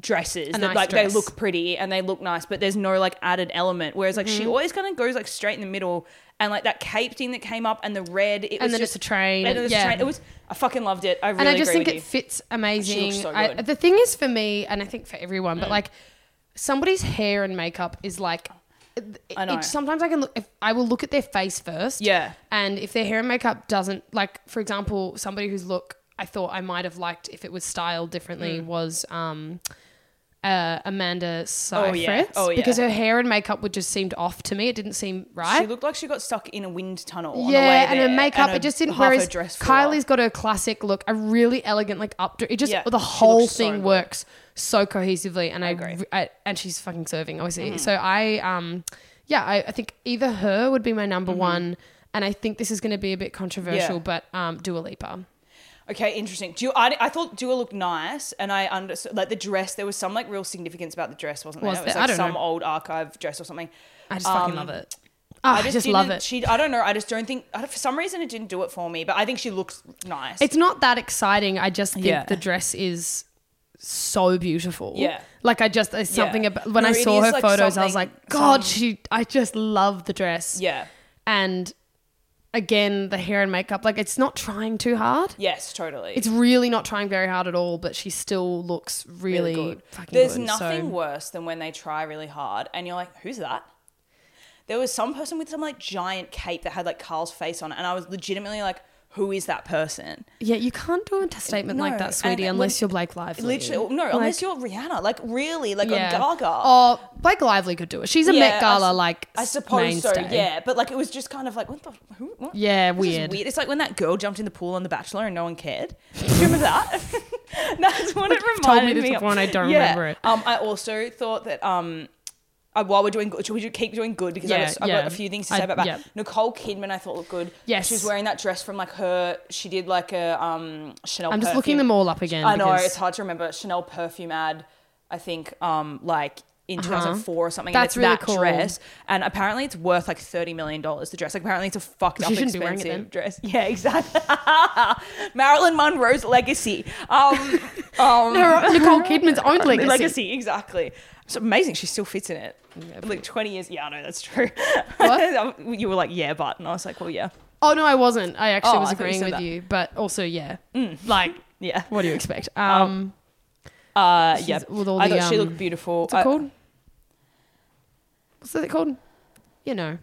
Speaker 2: dresses that
Speaker 3: nice
Speaker 2: like
Speaker 3: dress.
Speaker 2: they look pretty and they look nice, but there's no like added element. Whereas like
Speaker 3: Mm-hmm.
Speaker 2: she always kind of goes like straight in the middle, and like that cape thing that came up and the red, it was
Speaker 3: then
Speaker 2: just
Speaker 3: it's a train,
Speaker 2: and it was a
Speaker 3: yeah.
Speaker 2: train. It was I fucking loved it. I really
Speaker 3: and I just
Speaker 2: agree
Speaker 3: think
Speaker 2: with
Speaker 3: it
Speaker 2: you.
Speaker 3: fits amazing.
Speaker 2: so
Speaker 3: I-
Speaker 2: good. Mm.
Speaker 3: the thing is for me, and I think for everyone, but like somebody's hair and makeup is like. it-
Speaker 2: I know.
Speaker 3: it- sometimes I can look. If I will look at their face first.
Speaker 2: Yeah.
Speaker 3: And if their hair and makeup doesn't like, for example, somebody whose look I thought I might have liked if it was styled
Speaker 2: Mm.
Speaker 3: differently was um, uh, Amanda Seyfried.
Speaker 2: yeah. Oh, yeah.
Speaker 3: Because her hair and makeup would just seemed off to me. It didn't seem right.
Speaker 2: She looked like she got stuck in a wind tunnel. on the
Speaker 3: Yeah,
Speaker 2: way
Speaker 3: and
Speaker 2: there,
Speaker 3: her makeup,
Speaker 2: and
Speaker 3: it just didn't.
Speaker 2: half her
Speaker 3: Whereas
Speaker 2: dress fell off.
Speaker 3: Kylie's got her classic look, a really elegant like updo. It just
Speaker 2: Yeah,
Speaker 3: the
Speaker 2: she looks
Speaker 3: whole
Speaker 2: so
Speaker 3: thing
Speaker 2: good.
Speaker 3: works so cohesively, and I,
Speaker 2: agree. Mm-hmm.
Speaker 3: re- I- and she's fucking serving obviously. So I um yeah, I, I think either her would be my number one, and I think this is going to be a bit controversial,
Speaker 2: Mm-hmm. Yeah.
Speaker 3: but um Dua Lipa.
Speaker 2: Okay, interesting. Do I, I thought Dua looked nice, and I understood like the dress. There was some like real significance about the dress, wasn't there?
Speaker 3: Was
Speaker 2: it was
Speaker 3: there? I
Speaker 2: like
Speaker 3: don't
Speaker 2: some
Speaker 3: know.
Speaker 2: old archive dress or something.
Speaker 3: I just fucking love it. Ah, I just, love
Speaker 2: Um, didn't-
Speaker 3: it.
Speaker 2: She, I don't know. I just don't think I don't, for some reason it didn't do it for me. But I think she looks nice.
Speaker 3: It's not that exciting. I just think
Speaker 2: Yeah.
Speaker 3: the dress is so beautiful.
Speaker 2: Yeah.
Speaker 3: Like I just there's something
Speaker 2: Yeah.
Speaker 3: about when
Speaker 2: No,
Speaker 3: I
Speaker 2: it
Speaker 3: saw
Speaker 2: is,
Speaker 3: her
Speaker 2: like,
Speaker 3: photos, I
Speaker 2: something-
Speaker 3: was like, God,
Speaker 2: some-
Speaker 3: she. I just love the dress.
Speaker 2: yeah.
Speaker 3: And again, the hair and makeup. Like it's not trying too hard.
Speaker 2: Yes, totally.
Speaker 3: It's really not trying very hard at all, but she still looks really, fucking
Speaker 2: There's
Speaker 3: good. So-
Speaker 2: nothing worse than when they try really hard and you're like, who's that? There was some person with some like giant cape that had like Carl's face on it, and I was legitimately like, who is that person?
Speaker 3: yeah, you can't do a statement like
Speaker 2: No,
Speaker 3: that,
Speaker 2: and
Speaker 3: sweetie,
Speaker 2: when-
Speaker 3: unless you're Blake Lively.
Speaker 2: Literally, no, unless you're Rihanna, like really, like on Gaga.
Speaker 3: Or Oh, Blake Lively could do it. She's a
Speaker 2: Yeah,
Speaker 3: Met Gala
Speaker 2: I, s-
Speaker 3: like
Speaker 2: I suppose so,
Speaker 3: mainstay.
Speaker 2: yeah. But like, it was just kind of like, what the who? What?
Speaker 3: Yeah,
Speaker 2: This is
Speaker 3: weird.
Speaker 2: weird. It's like when that girl jumped in the pool on The Bachelor and no one cared. Do you remember that? That's what it reminded
Speaker 3: told me this
Speaker 2: me
Speaker 3: before
Speaker 2: of.
Speaker 3: and I don't remember it.
Speaker 2: Um, I also thought that um. I, while we're doing good, should we ju- keep doing good? Because
Speaker 3: Yeah,
Speaker 2: I just, I've
Speaker 3: yeah.
Speaker 2: got a few things to
Speaker 3: I-
Speaker 2: say about that.
Speaker 3: yeah.
Speaker 2: Nicole Kidman, I thought looked good.
Speaker 3: Yes.
Speaker 2: She was wearing that dress from like her, she did like a um, Chanel
Speaker 3: I'm just looking
Speaker 2: perfume.
Speaker 3: them all up again.
Speaker 2: I know
Speaker 3: because-
Speaker 2: it's hard to remember Chanel perfume ad. I think um like in 2004 or something. and
Speaker 3: Uh-huh. That's
Speaker 2: it's
Speaker 3: really
Speaker 2: that
Speaker 3: cool.
Speaker 2: dress, and apparently it's worth like 30 million dollars. The dress, like apparently it's a fucked up
Speaker 3: She shouldn't be wearing it
Speaker 2: expensive dress. Yeah, exactly. Marilyn Monroe's legacy. Um, um
Speaker 3: Her- Nicole Kidman's own legacy.
Speaker 2: exactly. It's amazing. She still fits in it. like 20 years. Yeah, I know that's true. Um,
Speaker 3: What?
Speaker 2: you were like, yeah, but, and I was like, well, yeah,
Speaker 3: Oh no, I wasn't. I actually
Speaker 2: Oh,
Speaker 3: was
Speaker 2: I thought you Mm.
Speaker 3: agreeing
Speaker 2: said
Speaker 3: with
Speaker 2: that.
Speaker 3: you, but also yeah, like
Speaker 2: yeah.
Speaker 3: what do you expect? Um,
Speaker 2: Uh,
Speaker 3: She's-
Speaker 2: yeah,
Speaker 3: with all
Speaker 2: I
Speaker 3: the,
Speaker 2: thought she
Speaker 3: um,
Speaker 2: looked beautiful.
Speaker 3: What's it
Speaker 2: I-
Speaker 3: called? What's it called? You know,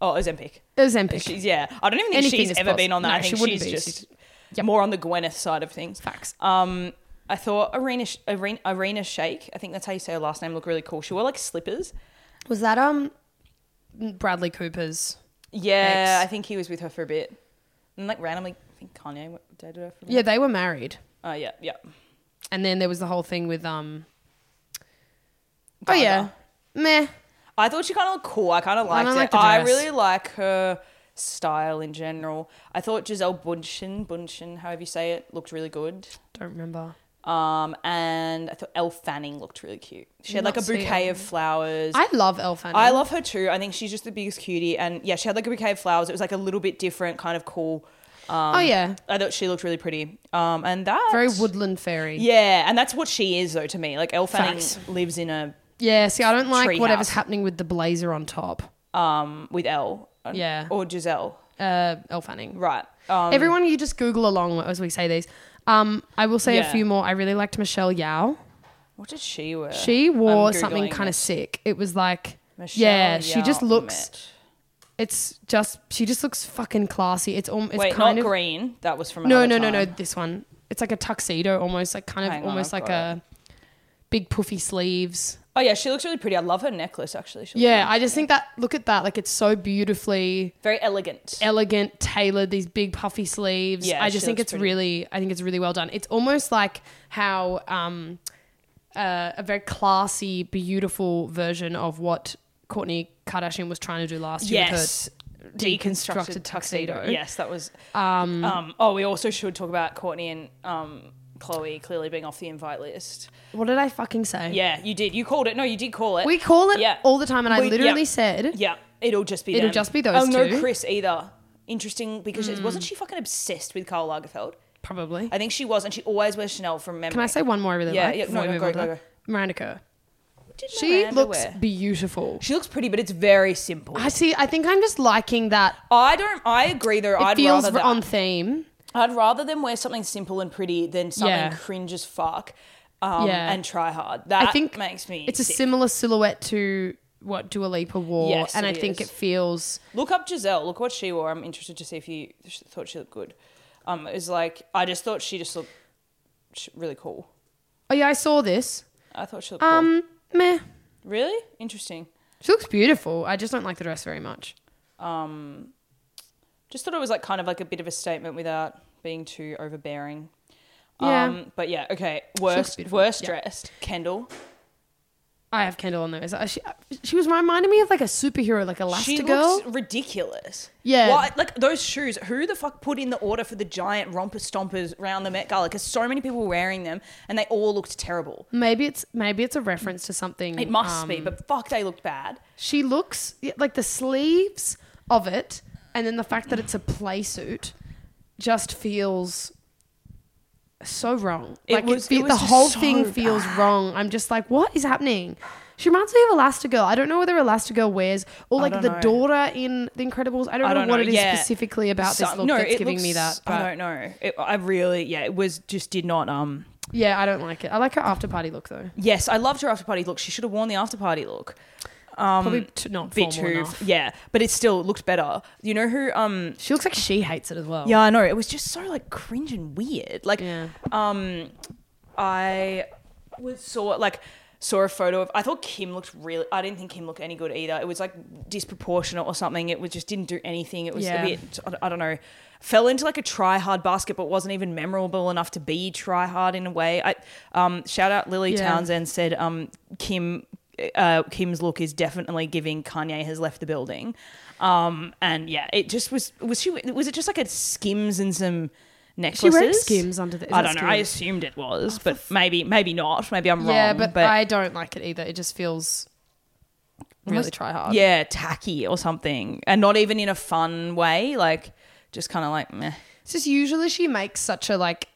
Speaker 2: Oh, Ozempic.
Speaker 3: Ozempic.
Speaker 2: She's yeah. I don't even think
Speaker 3: Anything
Speaker 2: she's
Speaker 3: is
Speaker 2: ever
Speaker 3: possible.
Speaker 2: been on that.
Speaker 3: No,
Speaker 2: I think
Speaker 3: she wouldn't
Speaker 2: she's
Speaker 3: be.
Speaker 2: just
Speaker 3: She's- yep.
Speaker 2: more on the Gwyneth side of things.
Speaker 3: Facts.
Speaker 2: Um, I thought Arena Sh- Arena Arena Shake. I think that's how you say her last name. Looked really cool. She wore like slippers.
Speaker 3: Was that um Bradley Cooper's?
Speaker 2: Yeah,
Speaker 3: Ex.
Speaker 2: I think he was with her for a bit, and like randomly, I think Kanye w- dated her. For a bit.
Speaker 3: Yeah, they were married,
Speaker 2: Uh, yeah, yeah.
Speaker 3: and then there was the whole thing with um.
Speaker 2: Gaga.
Speaker 3: Oh yeah, meh.
Speaker 2: I thought she kind of looked cool. I kind of
Speaker 3: I
Speaker 2: liked
Speaker 3: don't
Speaker 2: it.
Speaker 3: like the
Speaker 2: I
Speaker 3: dress.
Speaker 2: really like her style in general. I thought Giselle Bundchen, Bundchen, however you say it, looked really good.
Speaker 3: Don't remember.
Speaker 2: Um, and I thought Elle Fanning looked really cute. She had
Speaker 3: Not
Speaker 2: like a
Speaker 3: see
Speaker 2: bouquet
Speaker 3: her.
Speaker 2: of flowers.
Speaker 3: I love Elle Fanning.
Speaker 2: I love her too. I think she's just the biggest cutie. And yeah, she had like a bouquet of flowers. It was like a little bit different, kind of cool. Um,
Speaker 3: Oh, yeah.
Speaker 2: I thought she looked really pretty. Um, and that
Speaker 3: very woodland fairy.
Speaker 2: Yeah, and that's what she is though to me. Like Elle Fanning
Speaker 3: Facts.
Speaker 2: lives in a
Speaker 3: Yeah, see, I don't like
Speaker 2: Tree
Speaker 3: whatever's
Speaker 2: house.
Speaker 3: happening with the blazer on top.
Speaker 2: um with Elle.
Speaker 3: Yeah.
Speaker 2: Or Giselle.
Speaker 3: Uh, Elle Fanning.
Speaker 2: Right. Um,
Speaker 3: Everyone, you just Google along as we say these. Um, I will say
Speaker 2: Yeah.
Speaker 3: a few more. I really liked Michelle Yao.
Speaker 2: what did she wear?
Speaker 3: She wore
Speaker 2: I'm
Speaker 3: something
Speaker 2: Googling
Speaker 3: kind
Speaker 2: it.
Speaker 3: of sick. It was like,
Speaker 2: Michelle
Speaker 3: yeah, she just
Speaker 2: Yao
Speaker 3: looks.
Speaker 2: Met.
Speaker 3: It's just she just looks fucking classy. It's almost it's
Speaker 2: Wait,
Speaker 3: kind
Speaker 2: not
Speaker 3: of
Speaker 2: green. That was from
Speaker 3: no
Speaker 2: another
Speaker 3: no no no
Speaker 2: time.
Speaker 3: this one. It's like a tuxedo almost like kind of
Speaker 2: Hang on,
Speaker 3: almost
Speaker 2: I've
Speaker 3: like
Speaker 2: got
Speaker 3: a big poofy sleeves.
Speaker 2: Oh yeah, she looks really pretty. I love her necklace actually. She looks
Speaker 3: Yeah,
Speaker 2: really-
Speaker 3: I just think that look at that like it's so beautifully
Speaker 2: very elegant.
Speaker 3: elegant, tailored, these big puffy sleeves.
Speaker 2: Yeah,
Speaker 3: I
Speaker 2: she
Speaker 3: just think
Speaker 2: looks
Speaker 3: it's
Speaker 2: pretty.
Speaker 3: really, I think it's really well done. It's almost like how um, uh, a very classy, beautiful version of what Courtney Kardashian was trying to do last year
Speaker 2: yes.
Speaker 3: with her deconstructed, tuxedo.
Speaker 2: Yes, that was. Um, oh, we also should talk about Courtney and um, Chloe clearly being off the invite list.
Speaker 3: What did I fucking say?
Speaker 2: Yeah, you did. You called it. No, you did call it.
Speaker 3: We call it
Speaker 2: Yeah.
Speaker 3: all the time, and I
Speaker 2: We-
Speaker 3: literally
Speaker 2: yeah.
Speaker 3: said,
Speaker 2: Yeah, it'll just be.
Speaker 3: It'll
Speaker 2: them.
Speaker 3: just be those
Speaker 2: Oh no,
Speaker 3: two. Mm.
Speaker 2: Chris either. Interesting because it wasn't she fucking obsessed with Karl Lagerfeld?
Speaker 3: probably.
Speaker 2: I think she was, and she always wears Chanel from memory.
Speaker 3: Can I say one more I really
Speaker 2: Yeah,
Speaker 3: like?
Speaker 2: yeah,
Speaker 3: before
Speaker 2: no,
Speaker 3: we
Speaker 2: no,
Speaker 3: move
Speaker 2: go,
Speaker 3: on to
Speaker 2: go,
Speaker 3: that?
Speaker 2: go.
Speaker 3: Miranda Kerr.
Speaker 2: Did
Speaker 3: She
Speaker 2: Miranda
Speaker 3: looks
Speaker 2: wear-
Speaker 3: beautiful.
Speaker 2: She looks pretty, but it's very simple.
Speaker 3: I
Speaker 2: I,
Speaker 3: see. I think I'm just liking that.
Speaker 2: don't. I agree though.
Speaker 3: It
Speaker 2: I'd
Speaker 3: feels
Speaker 2: rather that.
Speaker 3: on theme.
Speaker 2: I'd rather them wear something simple and pretty than something
Speaker 3: Yeah.
Speaker 2: cringe as fuck. Um,
Speaker 3: Yeah.
Speaker 2: and try hard. That
Speaker 3: I think
Speaker 2: makes me.
Speaker 3: It's a
Speaker 2: sick.
Speaker 3: similar silhouette to what Dua Lipa wore,
Speaker 2: Yes,
Speaker 3: and
Speaker 2: it
Speaker 3: I think
Speaker 2: is.
Speaker 3: it feels
Speaker 2: Look up Giselle. Look what she wore. I'm interested to see if you sh- thought she looked good. Um, it was like I just thought she just looked sh- really cool.
Speaker 3: Oh yeah, I saw this.
Speaker 2: I thought she looked
Speaker 3: Um, meh.
Speaker 2: cool. Really interesting.
Speaker 3: She looks beautiful. I just don't like the dress very much.
Speaker 2: Um, just thought it was like kind of like a bit of a statement without being too overbearing.
Speaker 3: Yeah.
Speaker 2: Um, but yeah, okay. Worst,
Speaker 3: beautiful.
Speaker 2: worst
Speaker 3: Yeah.
Speaker 2: dressed. Kendall.
Speaker 3: I have Kendall on those. She, uh, she was reminding me of like a superhero, like
Speaker 2: She
Speaker 3: Elastigirl.
Speaker 2: looks ridiculous.
Speaker 3: Yeah.
Speaker 2: Why, like those shoes. Who the fuck put in the order for the giant romper stompers around the Met Gala? Because so many people were wearing them, and they all looked terrible.
Speaker 3: Maybe it's maybe it's a reference to something.
Speaker 2: It must
Speaker 3: um,
Speaker 2: be, but fuck, they looked bad.
Speaker 3: she looks yeah, like the sleeves of it, and then the fact that it's a play suit just feels so wrong.
Speaker 2: It
Speaker 3: Like it
Speaker 2: was- it
Speaker 3: fe-
Speaker 2: was
Speaker 3: the
Speaker 2: just
Speaker 3: whole
Speaker 2: so
Speaker 3: thing feels wrong. I'm just like, what is happening? She reminds me of Elastigirl. I don't know whether Elastigirl wears or like
Speaker 2: don't
Speaker 3: the
Speaker 2: know.
Speaker 3: daughter in The Incredibles. I don't, know what it is
Speaker 2: yeah.
Speaker 3: specifically about this
Speaker 2: Some-
Speaker 3: look that's
Speaker 2: it
Speaker 3: giving me
Speaker 2: looks-
Speaker 3: that.
Speaker 2: I
Speaker 3: but
Speaker 2: don't know. It, I really, yeah, it was just did not. Um,
Speaker 3: yeah, I don't like it. I like her after party look though.
Speaker 2: yes, I loved her after party look. She should have worn the after party look.
Speaker 3: Probably t- not
Speaker 2: Um, Bit
Speaker 3: formal
Speaker 2: too,
Speaker 3: enough.
Speaker 2: yeah, but it still looked better. You know who? Um,
Speaker 3: She looks like she hates it as well.
Speaker 2: yeah, I know. It was just so like cringe and weird. Like,
Speaker 3: Yeah.
Speaker 2: um, I was saw like saw a photo of. I thought Kim looked really. I didn't think Kim looked any good either. It was like disproportionate or something. It was just didn't do anything. It was
Speaker 3: Yeah.
Speaker 2: a bit. I don't- I don't know. Fell into like a try hard basket, but wasn't even memorable enough to be try hard in a way. I um shout out Lily
Speaker 3: Yeah.
Speaker 2: Townsend said um Kim. Uh, Kim's look is definitely giving Kanye has left the building, um, and yeah, it just was. Was she? Was it just like a Skims and some necklaces?
Speaker 3: She wearing Skims under the- is
Speaker 2: I
Speaker 3: that
Speaker 2: don't know. I
Speaker 3: Skims? Oh,
Speaker 2: assumed it was, but maybe maybe not. Maybe I'm
Speaker 3: Yeah,
Speaker 2: wrong.
Speaker 3: but, I don't like it either. It just feels really
Speaker 2: Almost-
Speaker 3: try hard.
Speaker 2: yeah, tacky or something, and not even in a fun way. Like just kind of like meh.
Speaker 3: It's just usually she makes such a like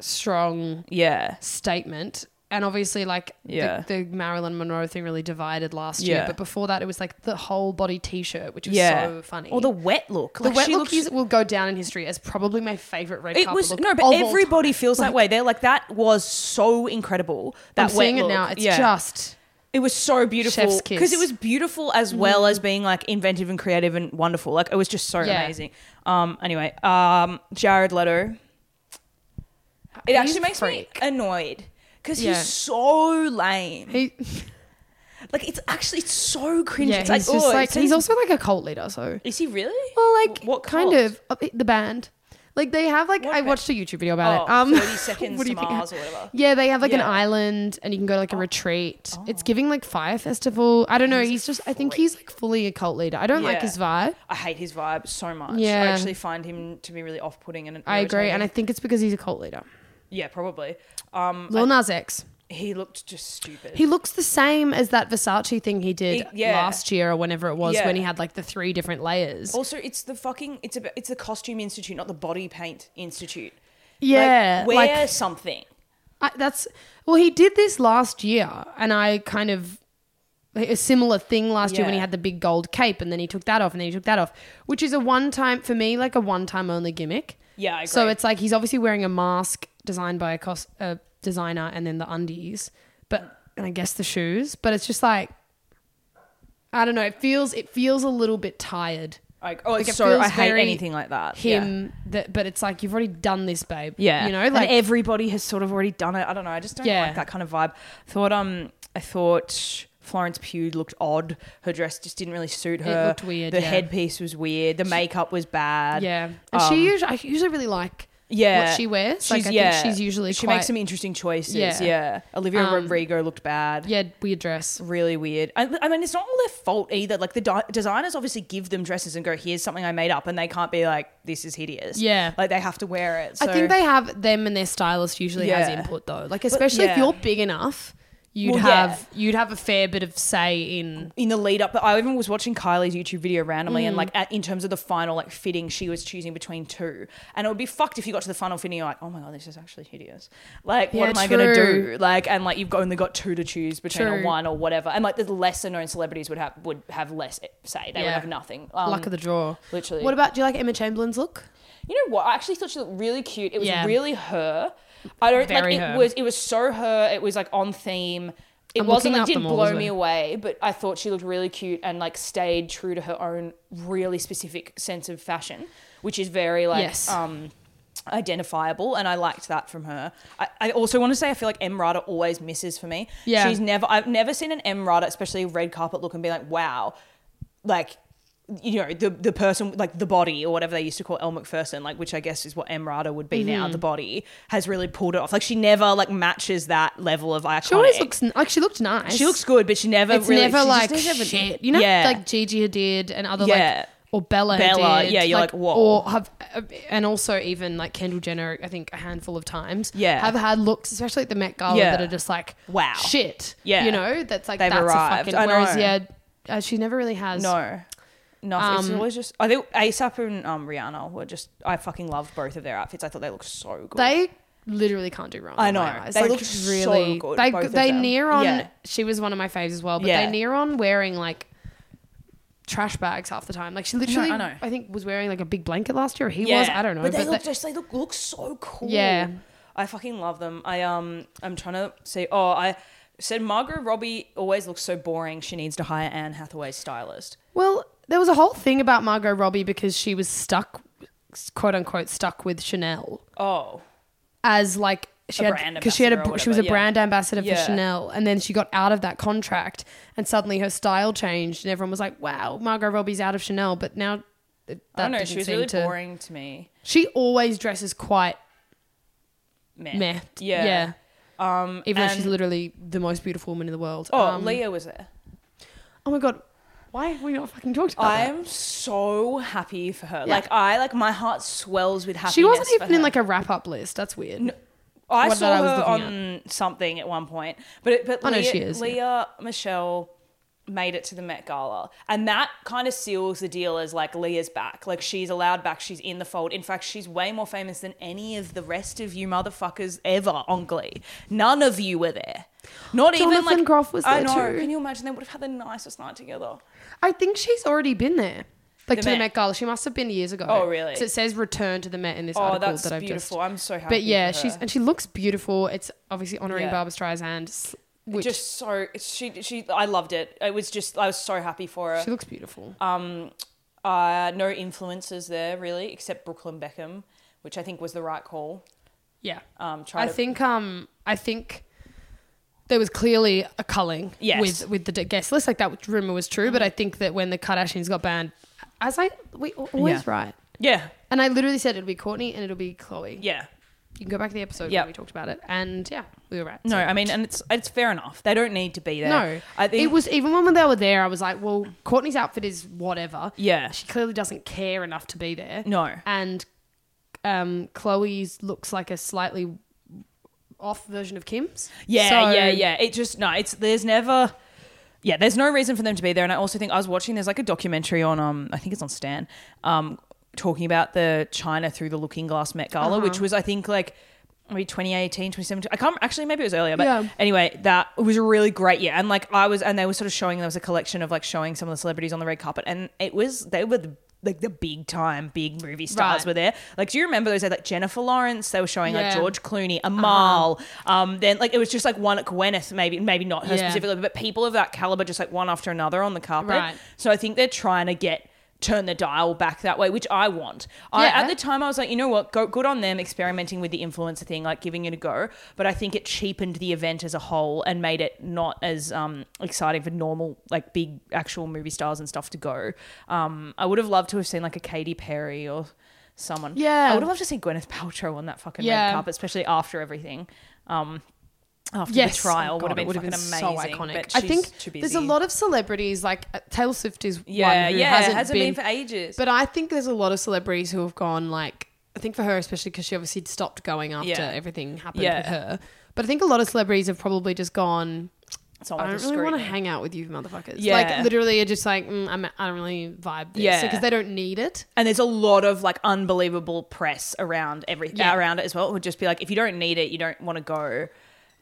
Speaker 3: strong
Speaker 2: Yeah,
Speaker 3: statement and obviously like
Speaker 2: Yeah.
Speaker 3: the, the Marilyn Monroe thing really divided last year.
Speaker 2: Yeah.
Speaker 3: But before that, it was like the whole body T-shirt, which was
Speaker 2: yeah,
Speaker 3: so funny.
Speaker 2: Or the wet look.
Speaker 3: The
Speaker 2: Like,
Speaker 3: wet
Speaker 2: she
Speaker 3: look
Speaker 2: looks-
Speaker 3: is, will go down in history as probably my favorite red
Speaker 2: It
Speaker 3: carpet
Speaker 2: was
Speaker 3: look
Speaker 2: no, but
Speaker 3: of all
Speaker 2: everybody
Speaker 3: time.
Speaker 2: feels that way. They're like that was so incredible. That
Speaker 3: I'm seeing
Speaker 2: wet
Speaker 3: it now.
Speaker 2: look.
Speaker 3: It's
Speaker 2: Yeah.
Speaker 3: just
Speaker 2: it was so beautiful
Speaker 3: Chef's kiss. Mm-hmm.
Speaker 2: because it was beautiful as well as being like inventive and creative and wonderful. Like it was just so
Speaker 3: Yeah.
Speaker 2: amazing. Um. Anyway, um, Jared Leto. It
Speaker 3: He's
Speaker 2: actually
Speaker 3: a
Speaker 2: makes
Speaker 3: freak.
Speaker 2: me annoyed because
Speaker 3: Yeah.
Speaker 2: he's so lame.
Speaker 3: he.
Speaker 2: like it's actually it's so cringy.
Speaker 3: Yeah,
Speaker 2: it's
Speaker 3: he's
Speaker 2: like,
Speaker 3: just
Speaker 2: oh,
Speaker 3: like
Speaker 2: it's-
Speaker 3: he's also like a cult leader. So
Speaker 2: Is he really?
Speaker 3: well, like
Speaker 2: What
Speaker 3: kind
Speaker 2: cult?
Speaker 3: of uh, the band. Like they have like
Speaker 2: What
Speaker 3: I
Speaker 2: ba-
Speaker 3: watched a YouTube video about
Speaker 2: Oh,
Speaker 3: it. Um,
Speaker 2: 30 seconds
Speaker 3: what do
Speaker 2: to
Speaker 3: you think?
Speaker 2: Mars or whatever.
Speaker 3: Yeah, they have like an
Speaker 2: Yeah. Oh.
Speaker 3: island and you can go to like a retreat. It's giving like fire festival. I don't know. He's just I think he's like fully a cult leader. I don't like
Speaker 2: Yeah.
Speaker 3: his vibe.
Speaker 2: I hate his vibe so much. I
Speaker 3: Yeah.
Speaker 2: actually find him to be really off-putting and
Speaker 3: I agree,
Speaker 2: irritating.
Speaker 3: and I think it's because he's a cult leader.
Speaker 2: yeah, probably. Um,
Speaker 3: Lil Nas X.
Speaker 2: he looked just stupid.
Speaker 3: He looks the same as that Versace thing he did
Speaker 2: He- yeah.
Speaker 3: last year or whenever it was
Speaker 2: Yeah.
Speaker 3: when he had like the three different layers.
Speaker 2: also, it's the fucking it's a, it's the costume institute, not the body paint institute. Like,
Speaker 3: Yeah,
Speaker 2: wear
Speaker 3: like,
Speaker 2: something.
Speaker 3: I, that's well, he did this last year, and I kind of a similar thing last year when he
Speaker 2: Yeah.
Speaker 3: had the big gold cape, and then he took that off, and then he took that off, which is a one time for me, like a one time only gimmick.
Speaker 2: Yeah, I
Speaker 3: So
Speaker 2: agree.
Speaker 3: it's like he's obviously wearing a mask designed by a cos- a designer, and then the undies, but and I guess the shoes, but it's just like I don't know. It feels it feels a little bit tired.
Speaker 2: Like, oh,
Speaker 3: Like, it
Speaker 2: so I
Speaker 3: feels
Speaker 2: hate
Speaker 3: very
Speaker 2: anything like that. Yeah.
Speaker 3: Him, that, but it's like you've already done this, babe.
Speaker 2: Yeah.
Speaker 3: you know,
Speaker 2: And
Speaker 3: like
Speaker 2: everybody has sort of already done it. I don't know. I just don't
Speaker 3: Yeah.
Speaker 2: like that kind of vibe. Thought um I thought Florence Pugh looked odd. Her dress just didn't really suit her.
Speaker 3: looked weird,
Speaker 2: The
Speaker 3: yeah.
Speaker 2: headpiece was weird. The makeup was bad.
Speaker 3: Yeah, and
Speaker 2: Um,
Speaker 3: she usually I usually really like
Speaker 2: yeah.
Speaker 3: what she wears. Like I think she's usually
Speaker 2: she
Speaker 3: quite-
Speaker 2: makes some interesting choices. Yeah,
Speaker 3: Yeah. Um,
Speaker 2: Olivia Rodrigo looked bad.
Speaker 3: yeah weird dress.
Speaker 2: Really weird. I, I mean, it's not all their fault either. Like the di- designers obviously give them dresses and go, "Here's something I made up," and they can't be like, "This is hideous."
Speaker 3: Yeah.
Speaker 2: like they have to wear it.
Speaker 3: I
Speaker 2: So-
Speaker 3: think they have them and their stylist usually has
Speaker 2: Yeah.
Speaker 3: input though. Like especially if
Speaker 2: yeah.
Speaker 3: you're big enough, you'd
Speaker 2: Well, yeah.
Speaker 3: have you'd have a fair bit of say in.
Speaker 2: in the lead up, but I even was watching Kylie's YouTube video randomly,
Speaker 3: Mm.
Speaker 2: and like at, in terms of the final like fitting, she was choosing between two, and it would be fucked if you got to the final fitting, you're like, oh my god, this is actually hideous. Like, what
Speaker 3: Yeah,
Speaker 2: am I gonna do?
Speaker 3: true.
Speaker 2: Like, and like you've only got two to choose between or
Speaker 3: True.
Speaker 2: one or whatever, and like the lesser known celebrities would have would have less say, they would
Speaker 3: Yeah.
Speaker 2: have nothing. Um,
Speaker 3: Luck of the draw.
Speaker 2: literally.
Speaker 3: What about do you like Emma Chamberlain's look?
Speaker 2: you know what? I actually thought she looked really cute. It was
Speaker 3: Yeah.
Speaker 2: really her. I don't
Speaker 3: Very
Speaker 2: like it
Speaker 3: her.
Speaker 2: was it was so her. It was like on theme. It
Speaker 3: I'm
Speaker 2: wasn't
Speaker 3: looking
Speaker 2: like
Speaker 3: up
Speaker 2: didn't
Speaker 3: them all
Speaker 2: blow
Speaker 3: as
Speaker 2: me
Speaker 3: well.
Speaker 2: away, but I thought she looked really cute and like stayed true to her own really specific sense of fashion, which is very like
Speaker 3: Yes.
Speaker 2: um identifiable and I liked that from her. I, I also want to say I feel like M Rada always misses for me.
Speaker 3: Yeah.
Speaker 2: She's never I've never seen an M Rada, especially a red carpet look and be like, wow, like you know the the person like the body or whatever they used to call Elle McPherson like which I guess is what Emrata would be now
Speaker 3: Mm-hmm.
Speaker 2: the body has really pulled it off like she never like matches that level of iconic
Speaker 3: She always looks n- like she looked nice.
Speaker 2: she looks good but she never
Speaker 3: It's
Speaker 2: really
Speaker 3: never
Speaker 2: she just
Speaker 3: like
Speaker 2: doesn't have-
Speaker 3: shit. You know,
Speaker 2: yeah
Speaker 3: like Gigi Hadid and other
Speaker 2: Yeah.
Speaker 3: like. Or Bella,
Speaker 2: Bella,
Speaker 3: Hadid,
Speaker 2: yeah, you're like, whoa.
Speaker 3: Or have, uh, and also even like Kendall Jenner, I think a handful of times,
Speaker 2: Yeah.
Speaker 3: have had looks, especially at the Met Gala,
Speaker 2: Yeah.
Speaker 3: that are just like,
Speaker 2: Wow.
Speaker 3: shit,
Speaker 2: Yeah.
Speaker 3: you know, that's like
Speaker 2: They've
Speaker 3: that's
Speaker 2: arrived.
Speaker 3: a fucking.
Speaker 2: I know.
Speaker 3: Whereas, yeah, uh, she never really has.
Speaker 2: no no it's
Speaker 3: Um,
Speaker 2: always just I think ASAP and um, Rihanna were just I fucking love both of their outfits I thought they looked so good
Speaker 3: They literally can't do wrong.
Speaker 2: I
Speaker 3: in my
Speaker 2: know.
Speaker 3: eyes.
Speaker 2: They look so good,
Speaker 3: They
Speaker 2: both of
Speaker 3: they
Speaker 2: them.
Speaker 3: near on.
Speaker 2: Yeah.
Speaker 3: She was one of my faves as well, but
Speaker 2: Yeah.
Speaker 3: they near on wearing like trash bags half the time. Like she literally,
Speaker 2: I know.
Speaker 3: I think, was wearing like a big blanket last year. or He
Speaker 2: Yeah.
Speaker 3: was. I don't know.
Speaker 2: But they
Speaker 3: but
Speaker 2: look
Speaker 3: they-
Speaker 2: just they look look so cool.
Speaker 3: Yeah.
Speaker 2: I fucking love them. I um I'm trying to say oh I said Margot Robbie always looks so boring. She needs to hire Anne Hathaway's stylist.
Speaker 3: well, there was a whole thing about Margot Robbie because she was stuck, quote unquote, stuck with Chanel.
Speaker 2: Oh.
Speaker 3: as like she
Speaker 2: A
Speaker 3: had
Speaker 2: brand
Speaker 3: because she had a
Speaker 2: ambassador or
Speaker 3: she was a
Speaker 2: whatever, yeah.
Speaker 3: brand ambassador for
Speaker 2: Yeah.
Speaker 3: Chanel, and then she got out of that contract, and suddenly her style changed, and everyone was like, "Wow, Margot Robbie's out of Chanel," but now it-
Speaker 2: I
Speaker 3: that
Speaker 2: don't know,
Speaker 3: didn't
Speaker 2: she was
Speaker 3: seem
Speaker 2: really
Speaker 3: to.
Speaker 2: boring to me.
Speaker 3: She always dresses quite
Speaker 2: Meh.
Speaker 3: meh.
Speaker 2: Yeah. Um
Speaker 3: Even though she's
Speaker 2: and-
Speaker 3: literally the most beautiful woman in the world.
Speaker 2: Oh,
Speaker 3: Um,
Speaker 2: Leah was there.
Speaker 3: Oh my god, why have we not fucking talked about that?
Speaker 2: I'm so happy for her. Like I like my heart swells with happiness.
Speaker 3: She wasn't
Speaker 2: for
Speaker 3: even in
Speaker 2: her.
Speaker 3: like a wrap up list. That's weird.
Speaker 2: I
Speaker 3: What
Speaker 2: saw
Speaker 3: that I was
Speaker 2: her
Speaker 3: looking
Speaker 2: on something at one point, but it, but
Speaker 3: I know
Speaker 2: Leah,
Speaker 3: she is, yeah.
Speaker 2: Leah Michelle made it to the Met Gala. And that kind of seals the deal as like Leah's back. Like she's allowed back, she's in the fold. In fact, she's way more famous than any of the rest of you motherfuckers ever on Glee. None of you were there. Not even
Speaker 3: Jonathan
Speaker 2: like
Speaker 3: Groff was
Speaker 2: I
Speaker 3: there
Speaker 2: know.
Speaker 3: too.
Speaker 2: Can you imagine they would have had the nicest night together?
Speaker 3: I think she's already been there. Like
Speaker 2: The
Speaker 3: to the
Speaker 2: Met.
Speaker 3: Met Gala. She must have been years ago.
Speaker 2: Oh, really?
Speaker 3: So it says return to the Met in this
Speaker 2: Oh,
Speaker 3: article
Speaker 2: that's
Speaker 3: that I've
Speaker 2: beautiful.
Speaker 3: just.
Speaker 2: I'm so happy.
Speaker 3: But yeah,
Speaker 2: for
Speaker 3: she's
Speaker 2: her.
Speaker 3: and she looks beautiful. It's obviously honoring
Speaker 2: Yeah.
Speaker 3: Barbara Streisand, s- which
Speaker 2: just so she she I loved it. It was just I was so happy for her.
Speaker 3: she looks beautiful.
Speaker 2: Um, uh, no influencers there really, except Brooklyn Beckham, which I think was the right call.
Speaker 3: yeah,
Speaker 2: Um, try
Speaker 3: I
Speaker 2: to,
Speaker 3: think um I think there was clearly a culling
Speaker 2: Yes. Mm-hmm.
Speaker 3: with with the d- guest list. Like that rumor was true, but I think that when the Kardashians got banned, as I we al- always
Speaker 2: Yeah.
Speaker 3: right,
Speaker 2: yeah,
Speaker 3: and I literally said it'll be Courtney and it'll be Chloe.
Speaker 2: yeah.
Speaker 3: You can go back to the episode
Speaker 2: Yep.
Speaker 3: where we talked about it, and yeah, we were right.
Speaker 2: No,
Speaker 3: So-
Speaker 2: I mean, and it's it's fair enough. They don't need to be there.
Speaker 3: No,
Speaker 2: I think
Speaker 3: it was even when they were there. I was like, well, Courtney's outfit is whatever.
Speaker 2: Yeah.
Speaker 3: she clearly doesn't care enough to be there.
Speaker 2: No.
Speaker 3: and um, Chloe's looks like a slightly off version of Kim's.
Speaker 2: Yeah,
Speaker 3: So-
Speaker 2: yeah, yeah. It just no. It's there's never. Yeah, there's no reason for them to be there, and I also think I was watching. There's like a documentary on um, I think it's on Stan, um, talking about the China through the Looking Glass Met Gala,
Speaker 3: Uh-huh.
Speaker 2: which was I think like maybe 2018, 2017. I can't actually maybe it was earlier, but
Speaker 3: Yeah.
Speaker 2: anyway, that it was a really great year, and like I was, and they were sort of showing there was a collection of like showing some of the celebrities on the red carpet, and it was they were the like the big time big movie stars
Speaker 3: Right.
Speaker 2: were there. Like, do you remember those? They had, Like Jennifer Lawrence, they were showing like
Speaker 3: Yeah.
Speaker 2: George George Clooney, Amal. Um, then like it was just like one Gwyneth, maybe maybe not her
Speaker 3: Uh-huh. Yeah.
Speaker 2: specifically, but people of that caliber, just like one after another on the carpet.
Speaker 3: Right.
Speaker 2: So I think they're trying to get turn the dial back that way, which I want. I,
Speaker 3: Yeah.
Speaker 2: at the time, I was like, you know what, go, good on them experimenting with the influencer thing, like giving it a go. But I think it cheapened the event as a whole and made it not as um, exciting for normal, like big actual movie stars and stuff to go. Um, I would have loved to have seen like a Katy Perry or. Someone,
Speaker 3: Yeah.
Speaker 2: I would have loved to see Gwyneth Paltrow on that fucking fucking
Speaker 3: Yeah.
Speaker 2: red carpet, especially after everything. Um, after
Speaker 3: Yes,
Speaker 2: the trial
Speaker 3: Oh,
Speaker 2: would have
Speaker 3: God, it
Speaker 2: been fucking amazing.
Speaker 3: So iconic.
Speaker 2: but
Speaker 3: I
Speaker 2: she's
Speaker 3: think
Speaker 2: too
Speaker 3: there's a
Speaker 2: busy.
Speaker 3: lot of celebrities like uh, Taylor Swift is
Speaker 2: Yeah,
Speaker 3: one who
Speaker 2: yeah,
Speaker 3: hasn't,
Speaker 2: been, for ages.
Speaker 3: But I think there's a lot of celebrities who have gone like I think for her especially because she obviously stopped going after
Speaker 2: Yeah.
Speaker 3: everything happened
Speaker 2: Yeah.
Speaker 3: with her. But I think a lot of celebrities have probably just gone.
Speaker 2: so
Speaker 3: I don't really want to hang out with you, motherfuckers.
Speaker 2: Yeah.
Speaker 3: Like literally, are just like mm, I'm, I don't really vibe this
Speaker 2: Yeah.
Speaker 3: because they don't need it.
Speaker 2: and there's a lot of like unbelievable press around everything
Speaker 3: Yeah.
Speaker 2: around it as well. It would just be like, if you don't need it, you don't want to go.